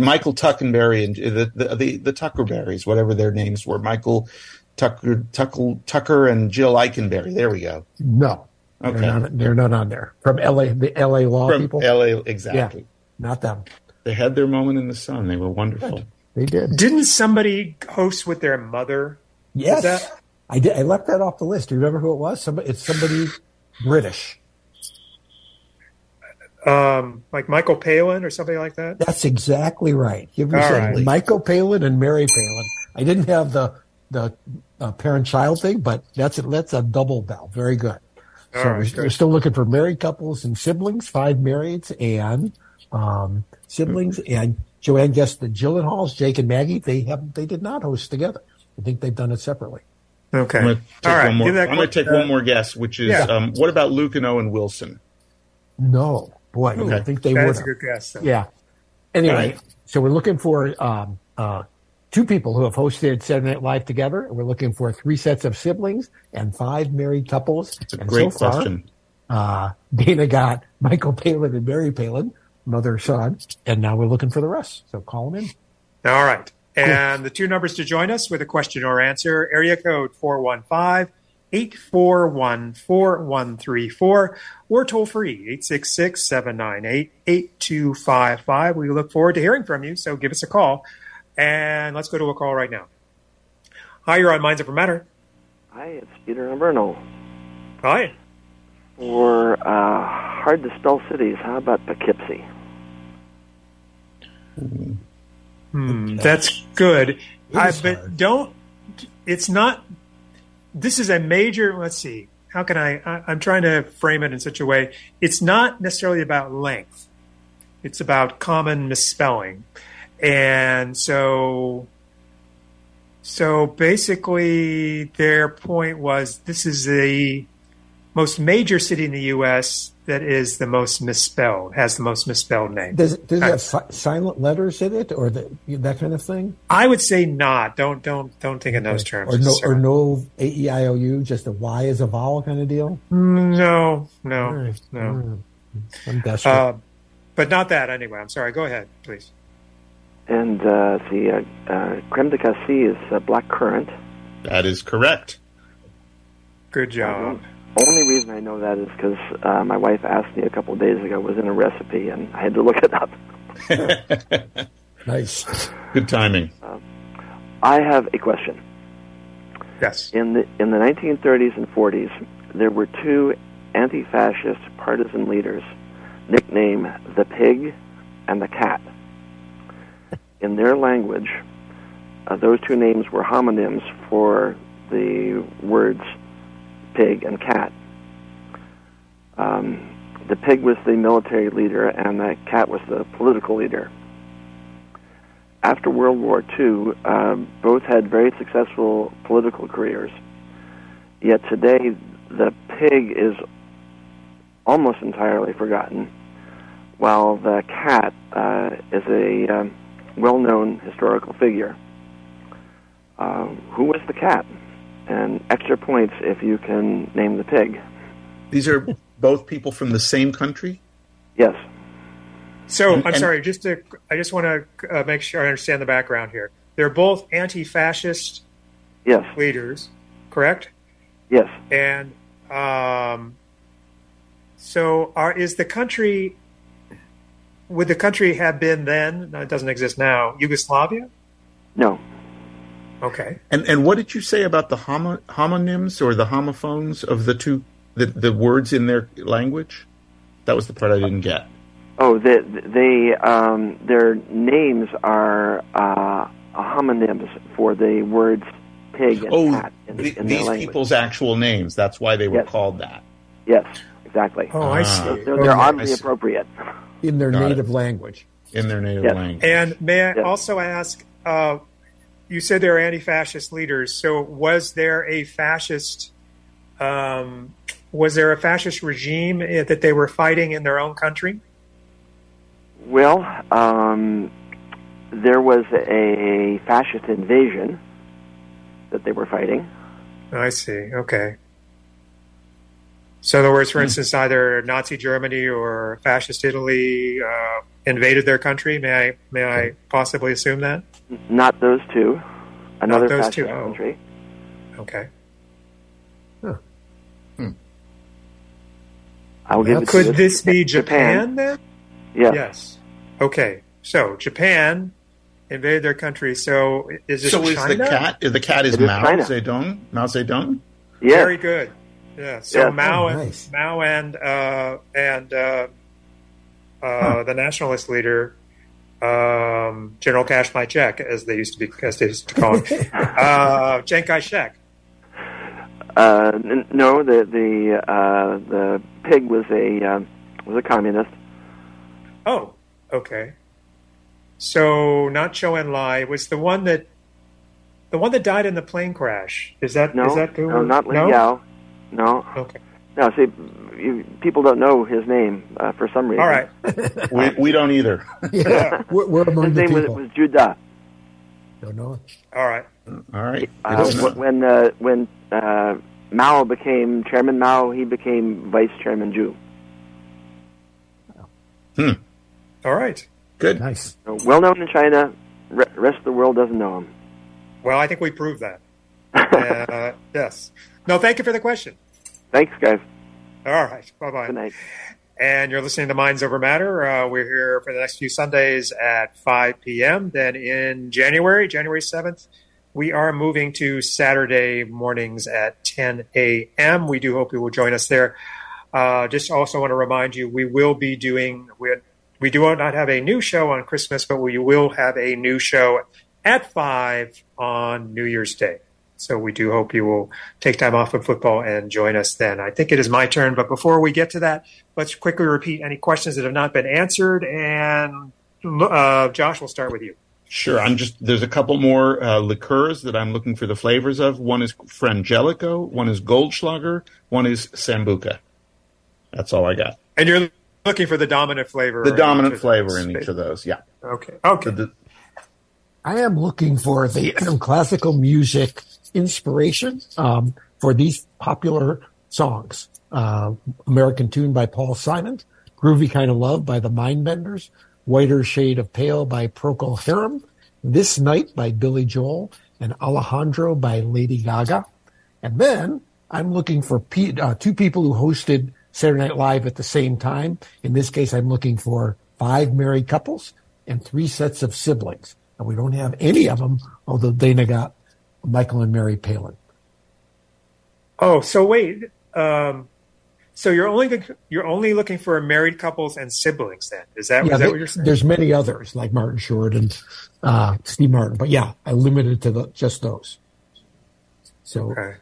S5: Michael Tuckenberry and uh, the the the, the Tuckerberries, whatever their names were. Michael Tucker, Tucker, Tucker, and Jill Eikenberry. There we go.
S4: No.
S5: Okay.
S4: They're not, they're not on there. From LA, the LA law
S5: From
S4: people?
S5: L.A. Exactly.
S4: Not them.
S5: They had their moment in the sun. They were wonderful.
S4: They did.
S3: Didn't somebody host with their mother?
S4: Yes,
S3: that-
S4: I did. I left that off the list. Do you remember who it was? Somebody. It's somebody British.
S3: Um, like Michael Palin or somebody like that?
S4: That's exactly right. You were
S3: All
S4: saying
S3: right.
S4: Michael Palin and Mary Palin. I didn't have the the uh, parent child thing, but that's a, that's a double bell. Very good. So
S3: All
S4: we're,
S3: right, good.
S4: we're still looking for married couples and siblings, five marrieds and um, siblings. And Joanne guessed the Gyllenhaals, Jake and Maggie. They have they did not host together. I think they've done it separately.
S3: Okay.
S5: I'm going to take,
S3: All right.
S5: one, more,
S3: Give that
S5: I'm gonna
S3: quick,
S5: take
S3: uh,
S5: one more guess, which is
S3: yeah.
S5: um, what about Luke and Owen Wilson?
S4: No, boy, I don't think they would.
S3: That's a
S4: have.
S3: good guess. Though.
S4: Yeah. Anyway,
S5: Right.
S4: so we're looking for um, uh, two people who have hosted Saturday Night Live together. and We're looking for three sets of siblings and five married couples.
S5: It's a
S4: And
S5: great
S4: so far,
S5: question.
S4: uh, Dana got <laughs> Michael Palin and Mary Palin, mother and son, and now we're looking for the rest. So call them in.
S3: All right. And the two numbers to join us with a question or answer area code 415 841 4134 or toll free 866 798 8255. We look forward to hearing from you, so give us a call. And let's go to a call right now. Hi, you're on Minds Over Matter.
S10: Hi, it's Peter Inverno.
S3: Hi.
S10: For uh, hard to spell cities, how about Poughkeepsie?
S4: Mm-hmm.
S3: Hmm, that's good.
S4: It
S3: I,
S4: is
S3: but
S4: hard.
S3: don't. It's not. This is a major. Let's see. How can I, I? I'm trying to frame it in such a way. It's not necessarily about length. It's about common misspelling, and so. So basically, their point was this is the most major city in the U.S. that is the most misspelled, has the most misspelled name.
S4: Does, does it
S3: Uh,
S4: have si- silent letters in it or the, that kind of thing?
S3: I would say not. Don't don't don't think in those terms.
S4: Or no,
S3: sir.
S4: or no A E I O U, just a Y is a vowel kind of deal?
S3: Mm, no, no,
S4: All right.
S3: no.
S4: I'm desperate.
S3: Uh, but not that anyway. I'm sorry. Go ahead, please.
S10: And uh, the uh, uh, creme de cassis is uh, black currant.
S5: That is correct.
S3: Good job.
S10: Um, Only reason I know that is because uh, my wife asked me a couple of days ago. Was in a recipe, and I had to look it up.
S3: <laughs>
S4: <laughs> nice.
S5: Good timing.
S10: I have a question.
S3: Yes.
S10: In the in the 1930s and 40s, there were two anti-fascist partisan leaders, nicknamed the Pig and the Cat. In their language, uh, those two names were homonyms for the words pig and cat. Um, the pig was the military leader, and the cat was the political leader after World War II, um, both had very successful political careers. Yet today, the pig is almost entirely forgotten, while the cat uh, is a um, well known historical figure. Um, who was the cat? And extra points if you can name the pig.
S5: These are both people from the same country.
S10: Yes.
S3: So I'm
S5: and-
S3: sorry. Just to, I just want to uh, make sure I understand the background here. They're both anti-fascist
S10: Yes.
S3: leaders, correct?
S10: Yes.
S3: And um, so, are is the country? Would the country have been then? No, it doesn't exist now. Yugoslavia.
S10: No.
S3: Okay.
S5: And and what did you say about the homo, homonyms or the homophones of the two the, the words in their language? That was the part I didn't get.
S10: Oh, they, they um, their names are uh, homonyms for the words pig and
S5: Oh,
S10: cat in,
S5: th-
S10: in their
S5: these
S10: language.
S5: people's actual names. That's why they were
S10: Yes.
S5: called that.
S10: Yes, exactly.
S3: Oh, I
S5: Ah.
S3: see.
S10: They're, they're
S3: Okay.
S5: I see.
S10: oddly appropriate.
S4: In their
S5: Got it.
S4: native language.
S5: in their native
S10: Yes.
S5: language.
S3: And may I
S10: Yeah.
S3: also ask, uh, you said there are anti-fascist leaders. So was there a fascist? Um, was there a fascist regime eh, that they were fighting in their own country?
S10: Well, um, there was a fascist invasion that they were fighting.
S3: Oh, I see. Okay. So, in other words, for instance, either Nazi Germany or fascist Italy uh, invaded their country. May I may I possibly assume that?
S10: Not those two. Another
S3: those
S10: fascist
S3: two, oh.
S10: country.
S3: Okay.
S10: I will give it to you.
S3: Could this be Japan
S10: Japan.
S3: then?
S10: Yes.
S3: Yes. Okay. So Japan invaded their country. So is it
S5: so is
S3: China?
S5: the cat? The cat is,
S10: It is
S5: Mao
S10: China.
S5: Zedong. Mao Zedong.
S10: Yeah.
S3: Very good. Yeah. So
S10: Yeah.
S3: Mao
S4: Oh,
S3: and
S4: nice.
S3: Mao and uh, and uh, uh, the nationalist leader, um, General Cash My Check, as they used to be, as they used to call him, uh, Chiang Kai Shek.
S10: Uh, n- no, the the uh, the pig was a um, was a communist.
S3: Oh, okay. So not Cho En Lai was the one that the one that died in the plane crash. Is that is
S10: No,
S3: that who?
S10: no, not Lin
S3: no?
S10: Yao. No,
S3: Okay.
S10: no. See, you, people don't know his name uh, for some reason.
S3: All right.
S5: <laughs> We, we don't either.
S4: Yeah, we're, we're <laughs> among
S10: His
S4: the
S10: name was,
S4: people.
S10: was Judah.
S4: Don't know.
S3: All right.
S5: All right.
S10: Uh,
S5: It's-
S10: wh- when uh, when uh, Mao became Chairman Mao, he became Vice Chairman Zhu.
S3: All right.
S5: Hmm. good.
S4: Nice.
S10: So, well known in China, re- rest of the world doesn't know him.
S3: Well, I think we proved that. Uh, yes. No, thank you for the question.
S10: Thanks, guys.
S3: All right. Bye bye.
S10: Good night.
S3: And you're listening to Minds Over Matter. Uh, we're here for the next few Sundays at 5 p.m. Then in January, January 7th, we are moving to Saturday mornings at 10 a.m. We do hope you will join us there. Uh, just also want to remind you, we will be doing, we, we do not have a new show on Christmas, but we will have a new show at 5 on New Year's Day. So we do hope you will take time off of football and join us then. I think it is my turn, but before we get to that, let's quickly repeat any questions that have not been answered. And uh, Josh, we'll start with you.
S5: Sure. I'm just there's a couple more uh, liqueurs that I'm looking for the flavors of. One is Frangelico. One is Goldschlager. One is Sambuca. That's all I got.
S3: And you're looking for the dominant flavor.
S5: The
S3: in each
S5: dominant
S3: of
S5: flavor
S3: those.
S5: in each of those. Yeah.
S3: Okay. Okay.
S5: The- the-
S4: I am looking for the <clears throat> classical music inspiration um, for these popular songs. Uh, American Tune by Paul Simon, Groovy Kind of Love by the Mindbenders, Whiter Shade of Pale by Procol Harum, This Night by Billy Joel, and Alejandro by Lady Gaga. And then I'm looking for pe- uh, two people who hosted Saturday Night Live at the same time. In this case, I'm looking for five married couples and three sets of siblings. And we don't have any of them, although Dana got Michael and Mary Palin.
S3: Oh, so wait. Um, so you're only you're only looking for married couples and siblings. Then is that is
S4: Yeah,
S3: that
S4: there-
S3: what you're saying?
S4: there's many others like Martin Short and uh, Steve Martin, but yeah, I limited it to the, just those. So
S3: Okay.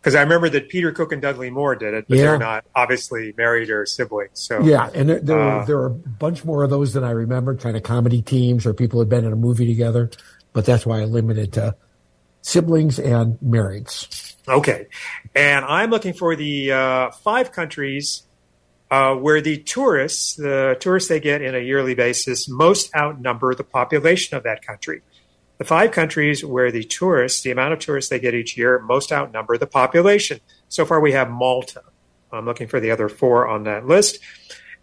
S3: Because I remember that Peter Cook and Dudley Moore did it, but
S4: Yeah.
S3: they're not obviously married or siblings. So
S4: Yeah, and there there,
S3: Uh,
S4: were, there were a bunch more of those than I remember, kind of comedy teams or people who'd been in a movie together. But that's why I limited to siblings and marrieds.
S3: Okay. And I'm looking for the uh, five countries uh, where the tourists, the tourists they get in a yearly basis, most outnumber the population of that country. The five countries where the tourists, the amount of tourists they get each year, most outnumber the population. So far, we have Malta. I'm looking for the other four on that list.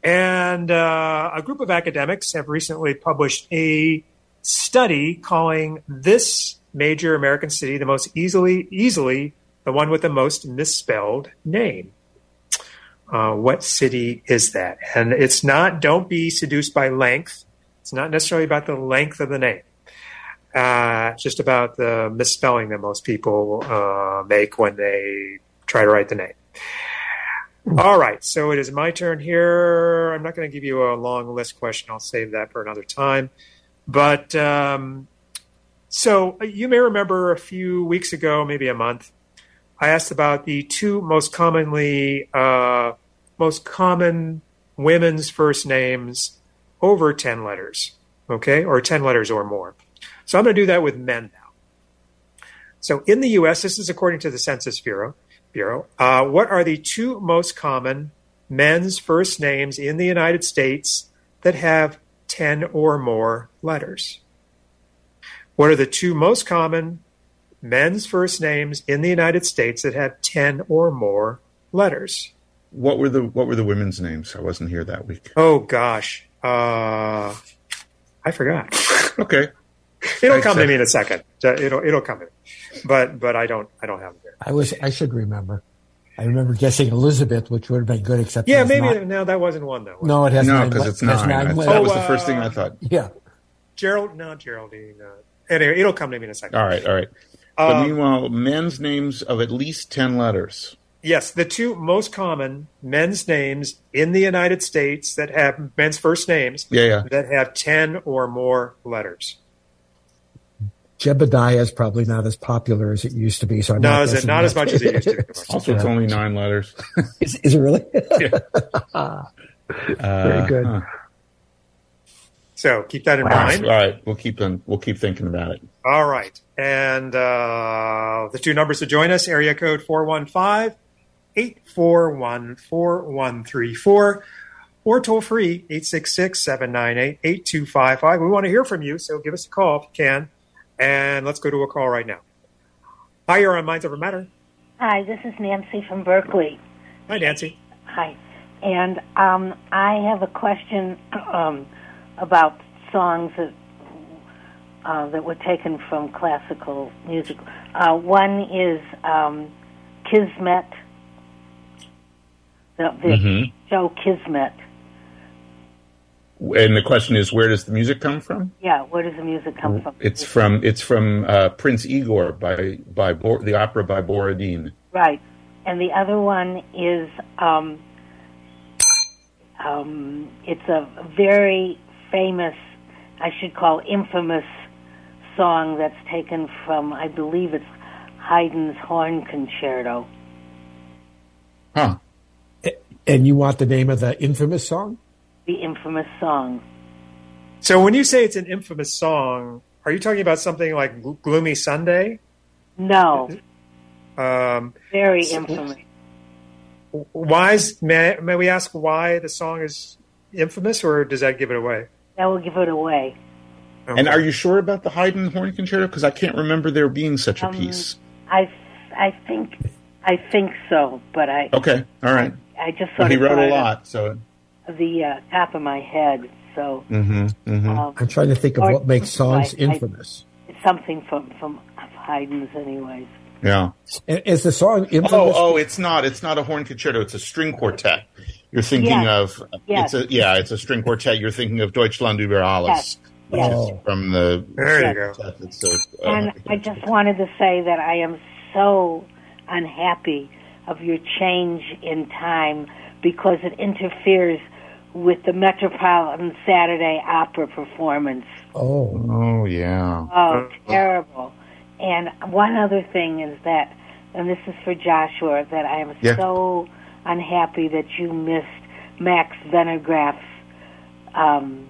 S3: And uh, a group of academics have recently published a study calling this major American city the most easily, easily the one with the most misspelled name. Uh, what city is that? And it's not. Don't be seduced by length. It's not necessarily about the length of the name. Uh, it's just about the misspelling that most people uh, make when they try to write the name. All right, so it is my turn here. I'm not going to give you a long list question. I'll save that for another time. But um, so uh, you may remember a few weeks ago, maybe a month, I asked about the two most commonly uh, most common women's first names over ten letters, okay, or ten letters or more. So I'm going to do that with men now. So in the U.S., this is according to the Census Bureau. Bureau, uh, what are the two most common men's first names in the United States that have ten or more letters? What are the two most common men's first names in the United States that have 10 or more letters.
S5: what were the What were the women's names? I wasn't here that week.
S3: Oh gosh. Uh, I forgot.
S5: Okay.
S3: It'll
S5: Thanks,
S3: come to
S5: Seth.
S3: me in a second. Uh, It'll it'll come to me. But but I don't I don't have it here.
S4: I was I should remember. I remember guessing Elizabeth, which would have been good, except
S3: Yeah,
S4: that it's
S3: maybe
S4: not-
S3: no, that wasn't one though.
S4: no, it has
S5: No,
S4: nine
S5: because
S4: le-
S5: it's
S4: has
S5: nine. I-
S4: nine
S5: that
S4: letters.
S5: was
S3: Oh,
S5: the first thing
S3: uh,
S5: I thought.
S4: yeah,
S3: Gerald, not Geraldine. Uh, anyway, it'll come to me in a second.
S5: All right, all right. But
S3: Um,
S5: meanwhile, men's names of at least 10 letters.
S3: Yes, the two most common men's names in the United States that have men's first names
S5: Yeah, yeah.
S3: that have 10 or more letters.
S4: Jebediah is probably not as popular as it used to be. So I'm
S3: No,
S4: not
S3: is it
S4: guessing
S3: not
S4: that.
S3: as much as it
S4: <laughs>
S3: used to? be.
S5: <laughs> Also, it's only nine letters.
S4: is, is it really?
S5: Very
S4: good.
S3: So keep that in
S5: Uh, All
S3: mind.
S5: right, we'll keep them. We'll keep thinking about it.
S3: All right. And uh, the two numbers to join us area code 415 841 4134 or toll free 866 798 8255. We want to hear from you, so give us a call if you can. And let's go to a call right now. Hi, you're on Minds Over Matter.
S11: Hi, this is Nancy from Berkeley.
S3: Hi, Nancy.
S11: Hi. And um, I have a question um, about songs that, uh, that were taken from classical music. Uh, one is um, Kismet, the, the
S5: Mhm.
S11: show Kismet.
S5: And the question is, where does the music come from?
S11: Yeah, where does the music come from?
S5: It's from it's from uh, Prince Igor by by Bor- the opera by Borodin.
S11: Right. And the other one is um, um, it's a very famous, I should call infamous song that's taken from, I believe it's Haydn's Horn Concerto.
S5: Huh?
S4: and you want the name of the infamous song?
S11: The infamous song.
S3: So when you say it's an infamous song, are you talking about something like Glo- Gloomy Sunday?
S11: No,
S3: Um,
S11: Oh. very infamous.
S3: why is, may, may we ask why the song is infamous, or does that give it away?
S11: That will give it away.
S5: And are you sure about the Haydn horn concerto? Because I can't remember there being such a
S11: Um,
S5: piece.
S11: I, I think, I think so, but I,
S5: Okay, all right.
S11: I just sort
S5: Well, he
S11: of
S5: wrote
S11: got
S5: a
S11: it
S5: lot, so.
S11: off the uh, top of my head. So
S5: hmm hmm
S11: um,
S4: I'm trying to think of
S11: Or-
S4: what makes songs
S11: I- I-
S4: infamous.
S11: something from from Haydn's, anyways.
S5: Yeah.
S4: And Is the song infamous?
S5: Oh, oh, it's not. It's not a horn concerto. It's a string quartet. You're thinking
S11: Yes.
S5: of
S11: Yes.
S5: it's a yeah, it's a string quartet. You're thinking of Deutschland über alles
S11: Yes. Yes.
S4: Oh.
S5: from the
S3: There you go.
S5: It's a- uh,
S11: and I just wanted to say that I am so unhappy of your change in time because it interferes with the Metropolitan Saturday Opera performance.
S4: Oh.
S5: Oh yeah.
S11: Oh, terrible. And one other thing is that, and this is for Joshua, that I am
S5: Yeah.
S11: so unhappy that you missed Max Venegraff's um,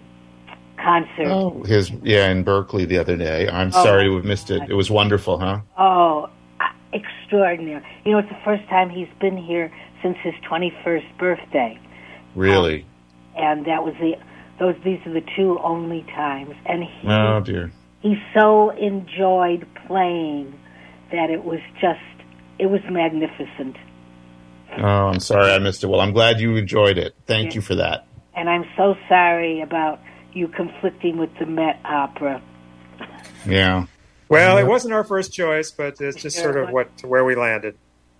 S11: concert.
S5: Oh, his yeah in Berkeley the other day. I'm
S11: Oh,
S5: sorry
S11: my
S5: to have missed it. It was wonderful, huh?
S11: Oh, uh, extraordinary. You know, it's the first time he's been here since his 21st birthday.
S5: Really?
S11: And that was the, those, these are the two only times. And he,
S5: Oh dear.
S11: he so enjoyed playing that it was just, it was magnificent.
S5: Oh, I'm sorry I missed it. Well, I'm glad you enjoyed it. Thank you for that.
S11: And I'm so sorry about you conflicting with the Met Opera.
S5: Yeah.
S3: Well, it wasn't our first choice, but it's just sort of what where we landed.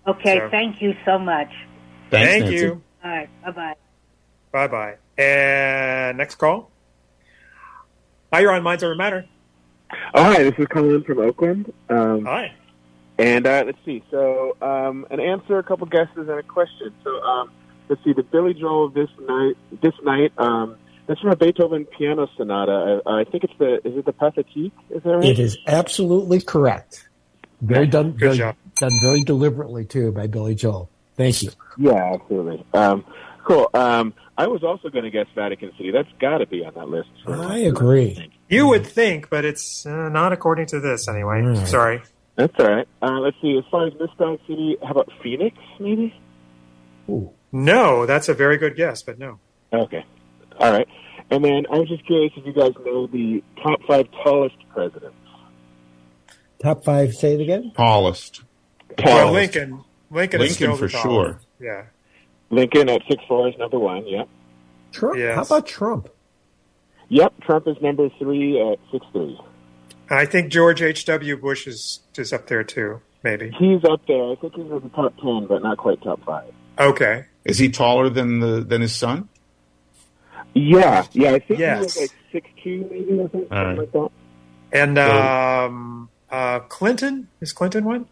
S11: Okay,
S3: Sure.
S11: thank you so much.
S5: Thanks,
S3: Thank
S5: Nancy.
S3: you.
S11: All right, bye bye.
S3: Bye bye. And next call. Hi, you're on Minds Over Matter.
S12: Oh, hi, this is Colin from Oakland. Um,
S3: Hi.
S12: and uh, let's see. So, um, an answer, a couple guesses, and a question. So, um, let's see. The Billy Joel this night. This night. Um, that's from a Beethoven piano sonata. I, I think it's the. Is it the Pathétique? Is that right?
S4: It is absolutely correct. Very done, very,
S3: job.
S4: done very deliberately too by Billy Joel. Thank you.
S12: Yeah, absolutely. Um, cool. Um, I was also going to guess Vatican City. That's got to be on that list.
S4: I agree.
S3: You would think, but it's uh, not according to this anyway.
S4: Mm.
S3: Sorry.
S12: That's all right. Uh, let's see. As far as Mystic City, how about Phoenix? Maybe.
S3: No, that's a very good guess, but no.
S12: Okay. All right. And then I was just curious if you guys know the top five tallest presidents.
S4: Top five. Say it again.
S5: Tallest.
S3: Well,
S12: Tallest.
S3: Lincoln. Lincoln, is still
S5: Lincoln for
S3: the top.
S5: sure.
S3: Yeah.
S12: Lincoln at six four is number one. Yep.
S4: Trump.
S3: Yes.
S4: How about Trump?
S12: Yep. Trump is number three at six three.
S3: I think George H.W. Bush is, is up there too, maybe.
S12: He's up there. I think he's in the top ten, but not quite top five.
S3: Okay.
S5: Is he taller than the than his son?
S12: Yeah. Yeah. I think
S3: Yes.
S12: he was like six two maybe or something
S5: All right.
S12: like that.
S3: And um, uh, Clinton is Clinton one.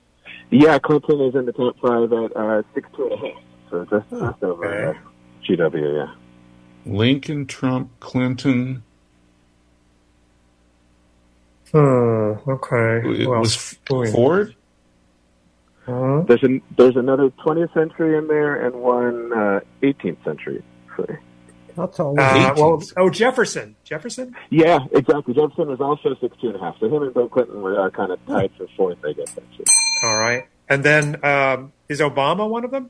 S12: Yeah, Clinton is in the top five at uh, six two and a half. So just, just over uh, GW. Yeah.
S5: Lincoln, Trump, Clinton.
S3: Hmm. Okay.
S5: It
S3: Well,
S5: was
S3: boy.
S5: Ford.
S12: There's an, there's another 20th century in there and one uh, 18th century. So,
S4: That's all.
S3: Uh, well, oh Jefferson, Jefferson.
S12: yeah, exactly. Jefferson was also six two and a half. So him and Bill Clinton were uh, kind of tied for fourth, I guess. Actually.
S3: All right. And then um, is Obama one of them?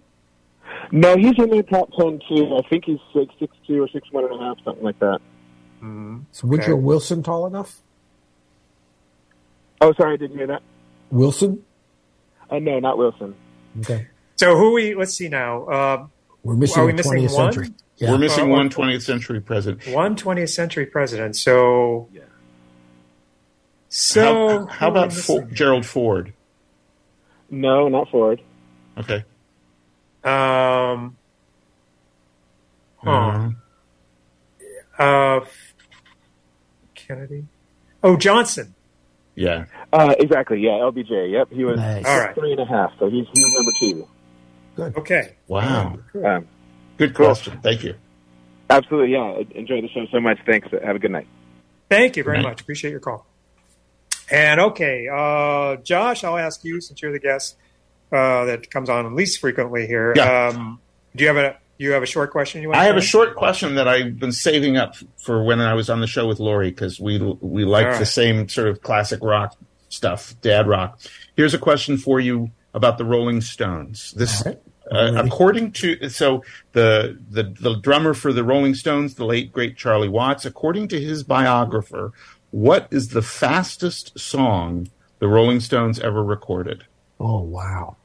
S12: No, he's in the top ten too. I think he's six six two or six one and a half, something like that.
S5: Mm-hmm.
S4: So Woodrow Wilson tall enough?
S12: Oh, sorry, I didn't hear that.
S4: Wilson?
S12: Uh, no, not Wilson.
S4: Okay.
S3: So who we? Let's see now. Uh,
S4: We're missing
S3: Are we
S4: a
S3: missing
S4: 20th
S3: one?
S4: century.
S5: We're missing
S3: Uh,
S5: one 20th century president.
S3: one 20th century president. So.
S5: How,
S3: So who
S5: how
S3: am I
S5: about Fo-
S3: missing?
S5: Gerald Ford?
S12: No, not Ford.
S5: Okay.
S3: Um,
S4: Uh-huh.
S3: huh. Uh, Kennedy. Oh, Johnson.
S5: Yeah.
S12: Uh, exactly. Yeah, LBJ. Yep, he was
S4: Nice.
S3: All right.
S12: three and a half. So he's, he's number two.
S3: Okay.
S5: Wow.
S12: Um,
S5: Good question. Thank you.
S12: Absolutely, yeah. Enjoy the show so much. Thanks. Have a good night.
S3: Thank you very
S5: Right.
S3: much. Appreciate your call. And okay, uh, Josh, I'll ask you since you're the guest uh, that comes on least frequently here.
S5: Yeah.
S3: Um, do you have a you have a short question you want?
S5: I
S3: to
S5: have a
S3: ask?
S5: short question that I've been saving up for when I was on the show with Lori because we we like
S3: All right.
S5: the same sort of classic rock stuff, dad rock. Here's a question for you about the Rolling Stones. This,
S4: All right.
S5: uh, according to so the, the the drummer for the Rolling Stones, the late great Charlie Watts. According to his biographer, what is the fastest song the Rolling Stones ever recorded?
S4: Oh, wow.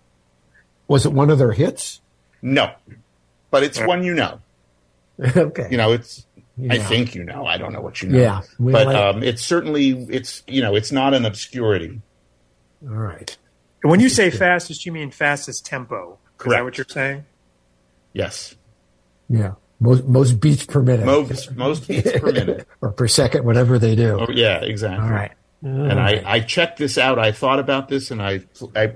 S4: Was it one of their hits?
S5: No, but it's one you know.
S4: <laughs> okay.
S5: You know, it's I
S4: Yeah.
S5: think you know. I don't know what you know.
S4: Yeah, we
S5: but
S4: like-
S5: um, it's certainly it's you know it's not an obscurity.
S4: All right.
S3: When you say fastest, you mean fastest tempo. Is
S5: Correct.
S3: that what you're saying?
S5: Yes,
S4: Yeah. Most, most beats per minute.
S5: most most beats
S4: <laughs>
S5: per minute.
S4: or per second, whatever they do.
S5: Oh yeah, exactly.
S4: All right.
S5: And I I checked this out. I thought about this, and I I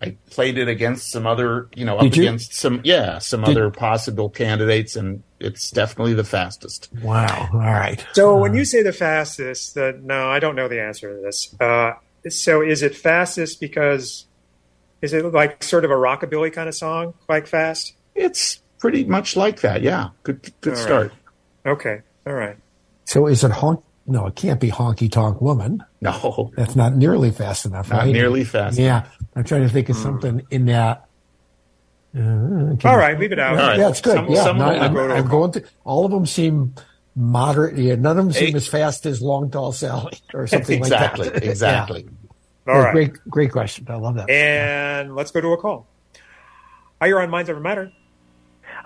S5: I played it against some other you know up
S4: Did you?
S5: against some yeah some other possible candidates, and it's definitely the fastest.
S4: Wow. All right.
S3: So when you say the fastest, the, no, I don't know the answer to this. Uh, so is it fastest because is it like sort of a rockabilly kind of song, like fast?
S5: It's pretty much like that. Yeah, good good start.
S3: Okay, all right.
S4: So is it honk? No, it can't be honky tonk woman.
S5: No,
S4: That's not nearly fast enough.
S5: not
S4: right?
S5: nearly fast. Hmm.
S4: Yeah. I'm trying to think of something in that. Uh,
S3: All right, leave it out.
S5: All right.
S4: Yeah, it's good.
S5: Some-
S4: yeah,
S5: some
S4: no,
S5: of them
S4: I'm,
S5: are-
S4: I'm going to. All of them seem moderate. Yeah, none of them seem
S5: Eight.
S4: as fast as Long Tall Sally or something
S5: exactly,
S4: like that. <laughs> Yeah.
S5: exactly.
S3: All
S4: Yeah,
S3: right.
S4: Great, great question. I love that.
S3: And let's go to a call. Hi, you're on Minds Over Matter.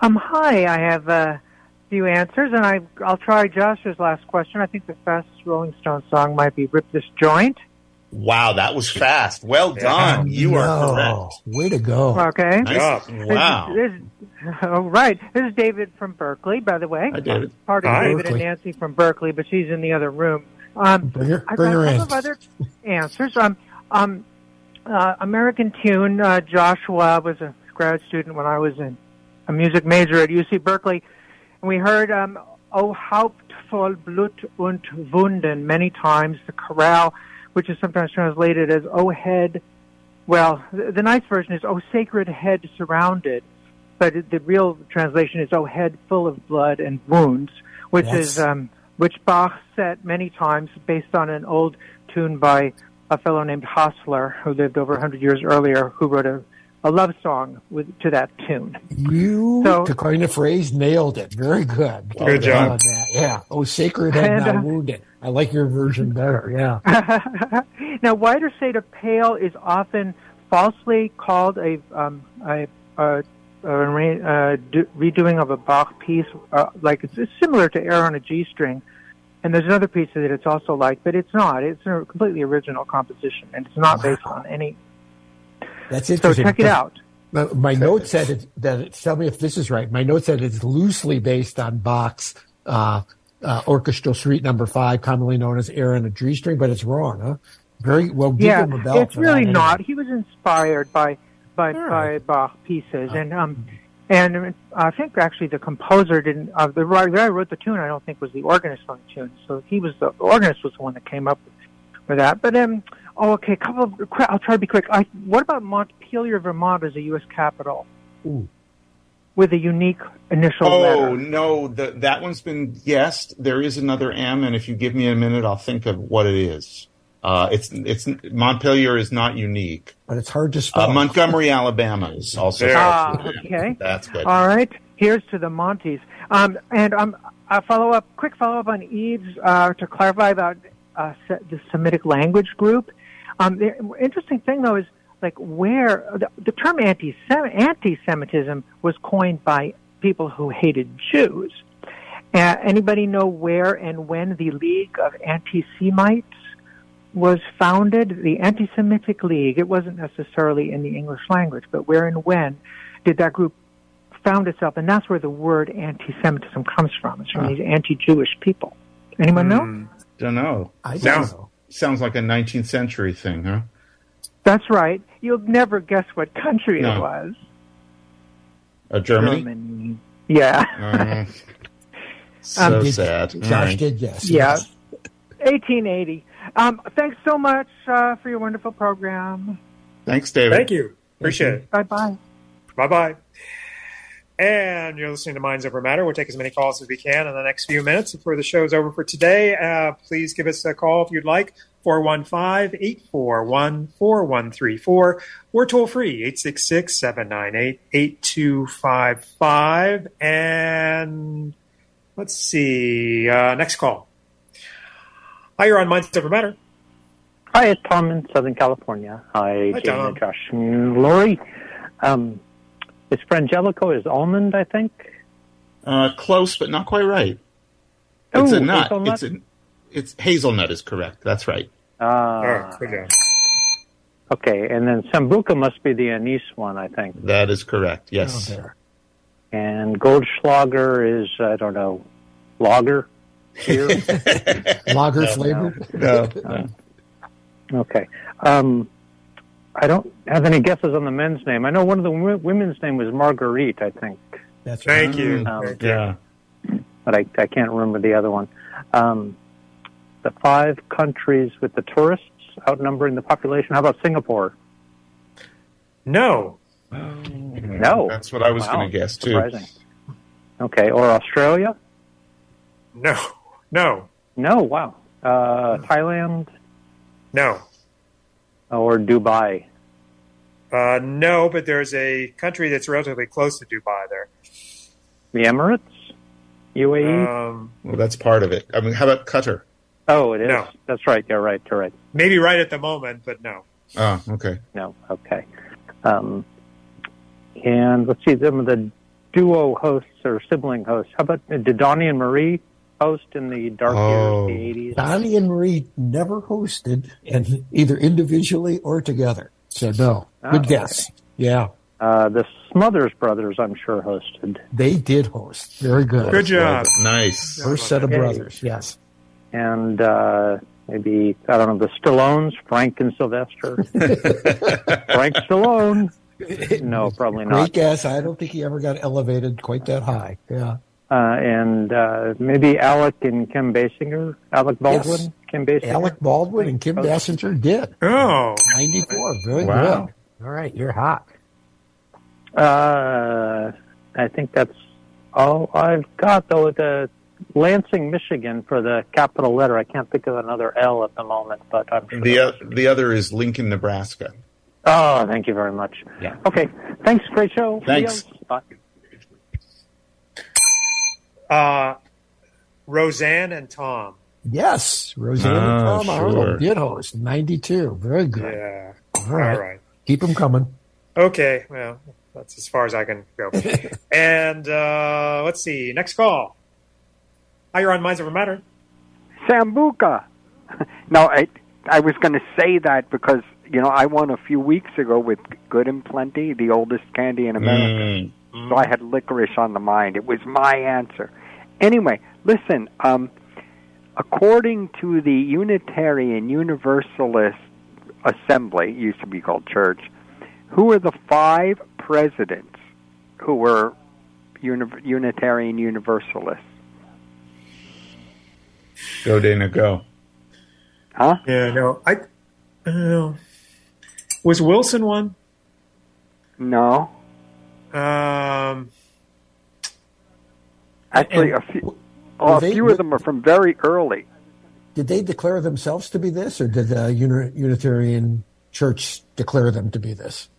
S13: Um, hi, I have a few answers, and I, I'll try Josh's last question. I think the fastest Rolling Stone song might be Rip This Joint.
S5: Wow, that was fast. Well done. You
S4: Um, No,
S5: are
S4: Way to go.
S13: Okay.
S5: correct. Oh. Nice.
S3: job.
S5: Wow.
S13: This, this, oh, right. This is David from Berkeley, by the way.
S5: Hi, David.
S13: Pardon
S3: Hi.
S13: David
S4: Berkeley.
S13: and Nancy from Berkeley, but she's in the other room. Um,
S4: Bring her,
S13: I've
S4: bring
S13: got
S4: her
S13: a
S4: in.
S13: couple of other answers. Um, um, uh, American Tune, uh, Joshua was a grad student when I was in, a music major at UC Berkeley. And we heard um, O Haupt voll Blut und Wunden many times, the chorale, which is sometimes translated as O Head. Well, the, the nice version is O Sacred Head Surrounded, but it- the real translation is O Head Full of Blood and Wounds, which
S4: Yes.
S13: is um, which Bach set many times based on an old tune by a fellow named Hostler who lived over 100 years earlier, who wrote a, a love song with, to that tune.
S4: You,
S13: So-
S4: to coin a phrase, nailed it. Very good.
S3: Good job.
S4: on that. Yeah. Oh, sacred head,
S13: And,
S4: not
S13: uh,
S4: wounded. I like your version better. Yeah.
S13: <laughs> now, whiter shade of pale is often falsely called a, um, a, a, a re, uh, do, redoing of a Bach piece, uh, like it's, it's similar to air on a G string. And there's another piece that it's also like, but it's not. It's a completely original composition, and it's not based on any.
S4: That's
S13: So
S4: interesting.
S13: check it
S4: But
S13: out.
S4: my- My note said it, that it, tell me if this is right. My note said it's loosely based on Bach's uh, uh, Orchestral Suite Number Five, commonly known as "Air in a G String," but it's wrong, huh? Very well. Give
S13: yeah,
S4: him a bell.
S13: it's
S4: for
S13: really
S4: that.
S13: not. He was inspired by by by Bach pieces, and um, and I think actually the composer didn't. Uh, the guy who wrote the tune, I don't think, was the organist on the tune. So he was the, the organist was the one that came up with that. But um, oh, okay, a couple. Of, que- I'll try to be quick. I, what about Montpelier, Vermont, as a U.S. capital?
S4: Ooh.
S13: With a unique initial letter.
S5: Oh no, the, that one's been guessed. There is another M, and if you give me a minute, I'll think of what it is. Uh, it's it's Montpelier is not unique.
S4: But it's hard to spell.
S5: Uh, Montgomery, Alabama is also.
S13: Ah, okay.
S5: That's good.
S13: All right. Here's to the Montes. Um, and um, a follow up, quick follow up on Eve's uh, to clarify about uh, Se- the Semitic language group. Um, the interesting thing though is like where the, the term anti anti Semitism was coined by people who hated Jews. Uh, anybody know where and when the League of Anti Semites was founded? The Anti Semitic League. It wasn't necessarily in the English language, but where and when did that group found itself? And that's where the word anti Semitism comes from. It's from
S5: Ah. Hmm.
S13: these anti Jewish people. Anyone know?
S5: Don't know.
S4: I
S5: sounds sounds like a 19th century thing, huh?
S13: That's right. You'll never guess what country
S5: No.
S13: it was.
S5: Uh, Germany.
S13: Yeah.
S5: Uh, so
S4: did-
S5: sad.
S4: Josh
S5: All right.
S4: did yes.
S13: Yeah. 1880. Um, thanks so much uh, for your wonderful program.
S5: Thanks, David.
S3: Thank you. Appreciate it.
S13: Bye bye.
S3: Bye bye. And you're listening to Minds Over Matter. We'll take as many calls as we can in the next few minutes before the show's over for today. Uh, please give us a call if you'd like, 415 841 4134, or toll free, 866 798 8255. And let's see, uh, next call. Hi, you're on Minds Over Matter.
S6: Hi, it's Tom in Southern California. Hi,
S3: Hi,
S6: Jane
S3: Tom.
S6: and Josh and Lori. Um, it's Frangelico is almond, I think.
S5: Uh, close, but not quite right. It's
S6: Oh,
S5: a nut.
S6: hazelnut?
S5: It's a, it's hazelnut is correct. That's right.
S6: Ah,
S3: Oh,
S6: okay. And then Sambuca must be the anise one, I think.
S5: That is correct. Yes.
S4: Oh,
S6: And Goldschlager is, I don't know, lager?
S5: <laughs>
S6: Beer?
S4: Lager
S6: No,
S4: flavored.
S5: No.
S6: Okay. Um, I don't have any guesses on the men's name. I know one of the w- women's name was Marguerite, I think.
S4: That's
S3: Thank you.
S6: Um,
S3: Thank you.
S5: Mm, Yeah.
S6: but I, I can't remember the other one. Um, the five countries with the tourists outnumbering the population. How about Singapore?
S3: No.
S6: No.
S5: That's what I was
S6: Wow,
S5: going to guess too.
S6: Surprising. Okay, or Australia?
S3: No. No.
S6: No. Wow. Uh, Thailand
S3: No.
S6: or Dubai?
S3: Uh, no, but there's a country that's relatively close to Dubai there.
S6: The Emirates? E? UAE?
S3: Um,
S5: Well, that's part of it. I mean, how about Qatar?
S6: oh, it is.
S3: no.
S6: That's right. You're right. You're right.
S3: maybe right at the moment, but no.
S5: Oh, okay.
S6: No. Okay. Um, and let's see. Some of the duo hosts or sibling hosts. How about did Donnie and Marie host in the dark years,
S5: Oh.
S6: the eighties?
S4: Donnie and Marie never hosted, and either individually or together. So no,
S6: Oh,
S4: good guess. Yeah,
S6: Uh, the Smothers Brothers, I'm sure, hosted.
S4: they did host. Very good.
S3: Good job.
S5: Nice.
S4: First set of
S6: Okay.
S4: brothers. Yes.
S6: And uh, maybe, I don't know, the Stallones, Frank and Sylvester. Frank
S4: <laughs>
S6: Stallone. No, probably
S4: Great
S6: not.
S4: guess. I don't think he ever got elevated quite that high. Yeah.
S6: Uh, and uh, maybe Alec and Kim Basinger. Alec Baldwin,
S4: Yes.
S6: Kim Basinger.
S4: Alec Baldwin and Kim Bassinger did.
S3: Oh,
S4: 94. Very
S5: Wow.
S4: good. All right. You're hot.
S6: Uh, I think that's all I've got, though, the Lansing, Michigan for the capital letter. I can't think of another L at the moment, but I'm sure.
S5: The uh, the other is Lincoln, Nebraska.
S6: oh, thank you very much.
S5: Yeah.
S6: Okay. Thanks. Great show.
S5: Thanks.
S6: See ya. Bye.
S3: uh, Roseanne and Tom.
S4: Yes. Roseanne and
S5: Ah,
S4: Tom Arnold
S5: sure.
S4: did host. 92. Very good.
S3: Yeah.
S4: All
S3: All
S4: right.
S3: right.
S4: Keep them coming.
S3: Okay. Well, that's as far as I can
S14: <laughs>
S3: go. and uh, let's see. Next call. Hi, you're on Minds Over Matter.
S14: Sambuca. <laughs> No, I I was going to say that because you know I won a few weeks ago with Good and Plenty, the oldest candy in America.
S5: Mm.
S14: So I had licorice on the mind. It was my answer, anyway, listen, um, according to the Unitarian Universalist Assembly, it used to be called church, who are the five presidents who were uni- Unitarian Universalists?
S5: Go Dana, go.
S14: Huh?
S3: Yeah, no, I. Uh, was Wilson one?
S14: No.
S3: Um,
S14: Actually,
S4: And
S14: a few, oh,
S4: were
S14: a
S4: they-
S14: few of them are from very early.
S4: Did they declare themselves to be this, or did the Uni- Unitarian Church declare them to be this?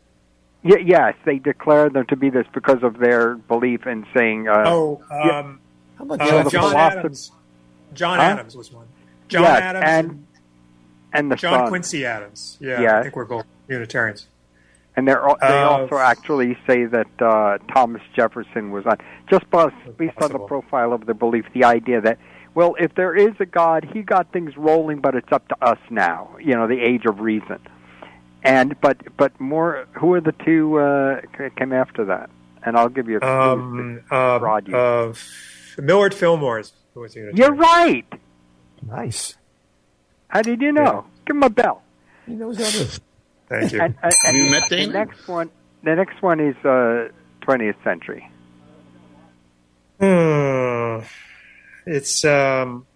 S14: Y- yes, they declare them to be this because of their belief in saying. Uh,
S3: oh,
S14: yeah,
S3: um,
S4: How
S14: much
S3: uh,
S14: is the
S3: John
S14: philosophy-
S3: Adams. John
S14: Huh?
S3: Adams was one. John
S14: yes,
S3: Adams
S14: and and the
S3: John
S14: Son.
S3: Quincy Adams. Yeah, I
S14: Yes.
S3: think we're both Unitarians.
S14: And they're, al- they
S3: Uh,
S14: also actually say that uh, Thomas Jefferson was on just bas- based on the
S3: possible.
S14: profile of their belief, the idea that well, if there is a God, He got things rolling, but it's up to us now. You know, the age of reason. And but but more, who are the two uh, c- came after that? And I'll give you a clue.
S3: Um, uh,
S14: Rod, you-
S3: uh, Millard Fillmore is who was a Unitarian.
S14: You're right.
S4: Nice.
S14: How did you know? Give him a bell.
S4: He knows how to.
S3: Thank
S14: And, and, and
S5: You met
S14: the
S5: Dana?
S14: next one, the next one is uh, 20th century.
S3: Hmm. It's um,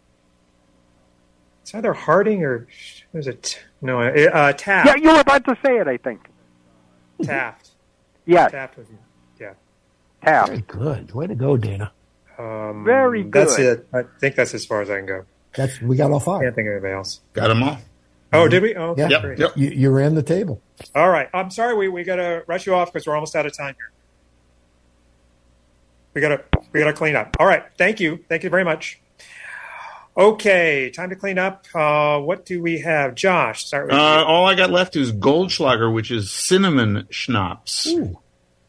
S3: it's either Harding or there's a t- no uh, Taft.
S14: Yeah, you were about to say it. I think.
S3: Taft.
S14: Yes,
S3: Taft was yeah.
S14: Taft.
S4: Very good. Way to go, Dana.
S3: Um,
S14: Very
S3: That's
S14: good.
S3: it. I think that's as far as I can go.
S4: That's we got all five.
S3: Can't think of anything else.
S5: Got them all.
S3: Oh, did we? Oh, okay,
S4: Yeah.
S5: Yep,
S3: great.
S5: yep.
S4: You, you ran the table.
S3: All right. I'm sorry. We we gotta rush you off because we're almost out of time here. We gotta we gotta clean up. All right. Thank you. Thank you very much. Okay, time to clean up. Uh, what do we have, Josh? Start with
S5: Uh, all I got left is Goldschlager, which is cinnamon schnapps.
S4: Ooh,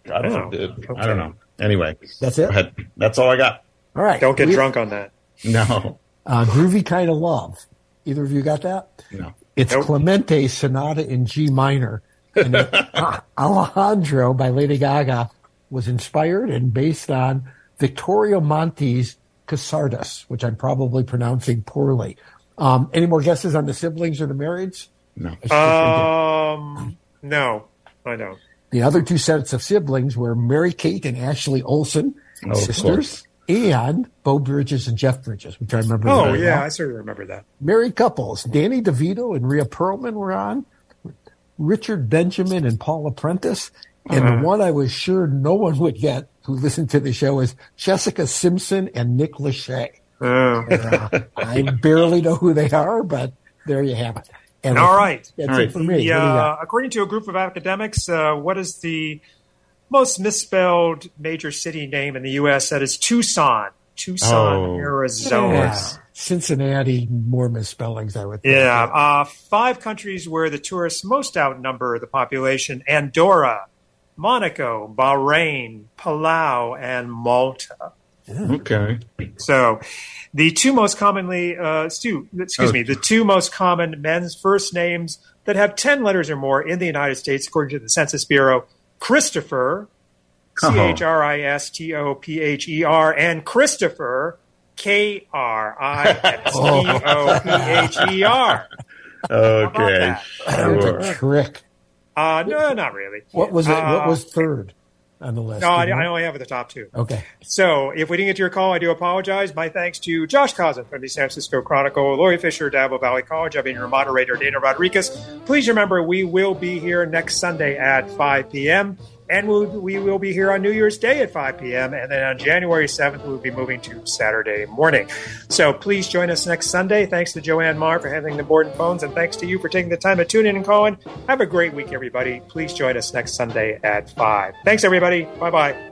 S5: God
S3: Oh,
S5: forbid.
S3: okay.
S5: I don't know. Anyway,
S4: that's
S5: go
S4: it.
S5: ahead. That's all I got.
S4: All right.
S3: you. Don't get
S4: We-
S3: drunk on that.
S5: <laughs> No,
S4: Uh, groovy kind of love. Either of you got that?
S5: no.
S4: It's
S3: Nope.
S4: Clemente Sonata in G minor. And
S5: <laughs>
S4: it- Ah, Alejandro by Lady Gaga was inspired and based on Victorio Monti's Casardas, which I'm probably pronouncing poorly. Um, any more guesses on the siblings or the marriage?
S5: No.
S3: Um, no, I don't.
S4: The other two sets of siblings were Mary Kate and Ashley Olsen,
S5: Oh, of
S4: sisters, and Bo Bridges and Jeff Bridges, which I remember.
S3: Oh,
S4: very
S3: yeah,
S4: well.
S3: I certainly remember that.
S4: married couples. Danny DeVito and Rhea Perlman were on. Richard Benjamin and Paula Prentice. And
S3: Uh-huh.
S4: the one I was sure no one would get who listened to the show is Jessica Simpson and Nick Lachey.
S3: Oh.
S4: Uh, I barely know who they are, but there you have it. And
S3: All
S4: I think
S3: right.
S4: That's
S5: All
S4: it
S5: right.
S4: for me.
S3: Yeah,
S4: What
S3: according to a group of academics, uh, what is the most misspelled major city name in the U.S.? That is Tucson, Tucson,
S5: Oh.
S4: do you
S3: Arizona.
S4: got?
S3: Yeah.
S4: Yeah. Cincinnati, more misspellings, I would think.
S3: uh, five countries where the tourists most outnumber the population: Andorra, Monaco, Bahrain, Palau, and Malta.
S5: Okay.
S3: So, the two most commonly, uh, Stu, excuse
S5: Oh.
S3: me, the two most common men's first names that have 10 letters or more in the United States, according to the Census Bureau Christopher,
S5: Oh.
S3: C H R I S T O P H E R, and Christopher, K R I S T O P H E R.
S5: Okay.
S3: that?
S4: That's a
S5: Sure.
S4: trick.
S3: Uh, no, not really.
S4: What was it? what
S3: Uh,
S4: was third on the list?
S3: No, I,
S4: Do you
S3: I
S4: know?
S3: only have the top two.
S4: Okay.
S3: So, if we didn't get to your call, I do apologize. My thanks to Josh Cousin from the San Francisco Chronicle, Lori Fisher, Dabo Valley College. I've been your moderator, Dana Rodriguez. Please remember, we will be here next Sunday at 5 p.m., and we'll, we will be here on New Year's Day at 5 p.m., and then on January 7th, we'll be moving to Saturday morning. So, please join us next Sunday. Thanks to Joanne Marr for having the board and phones, and thanks to you for taking the time to tune in and call in. Have a great week, everybody. Please join us next Sunday at 5. Thanks, everybody. Bye bye.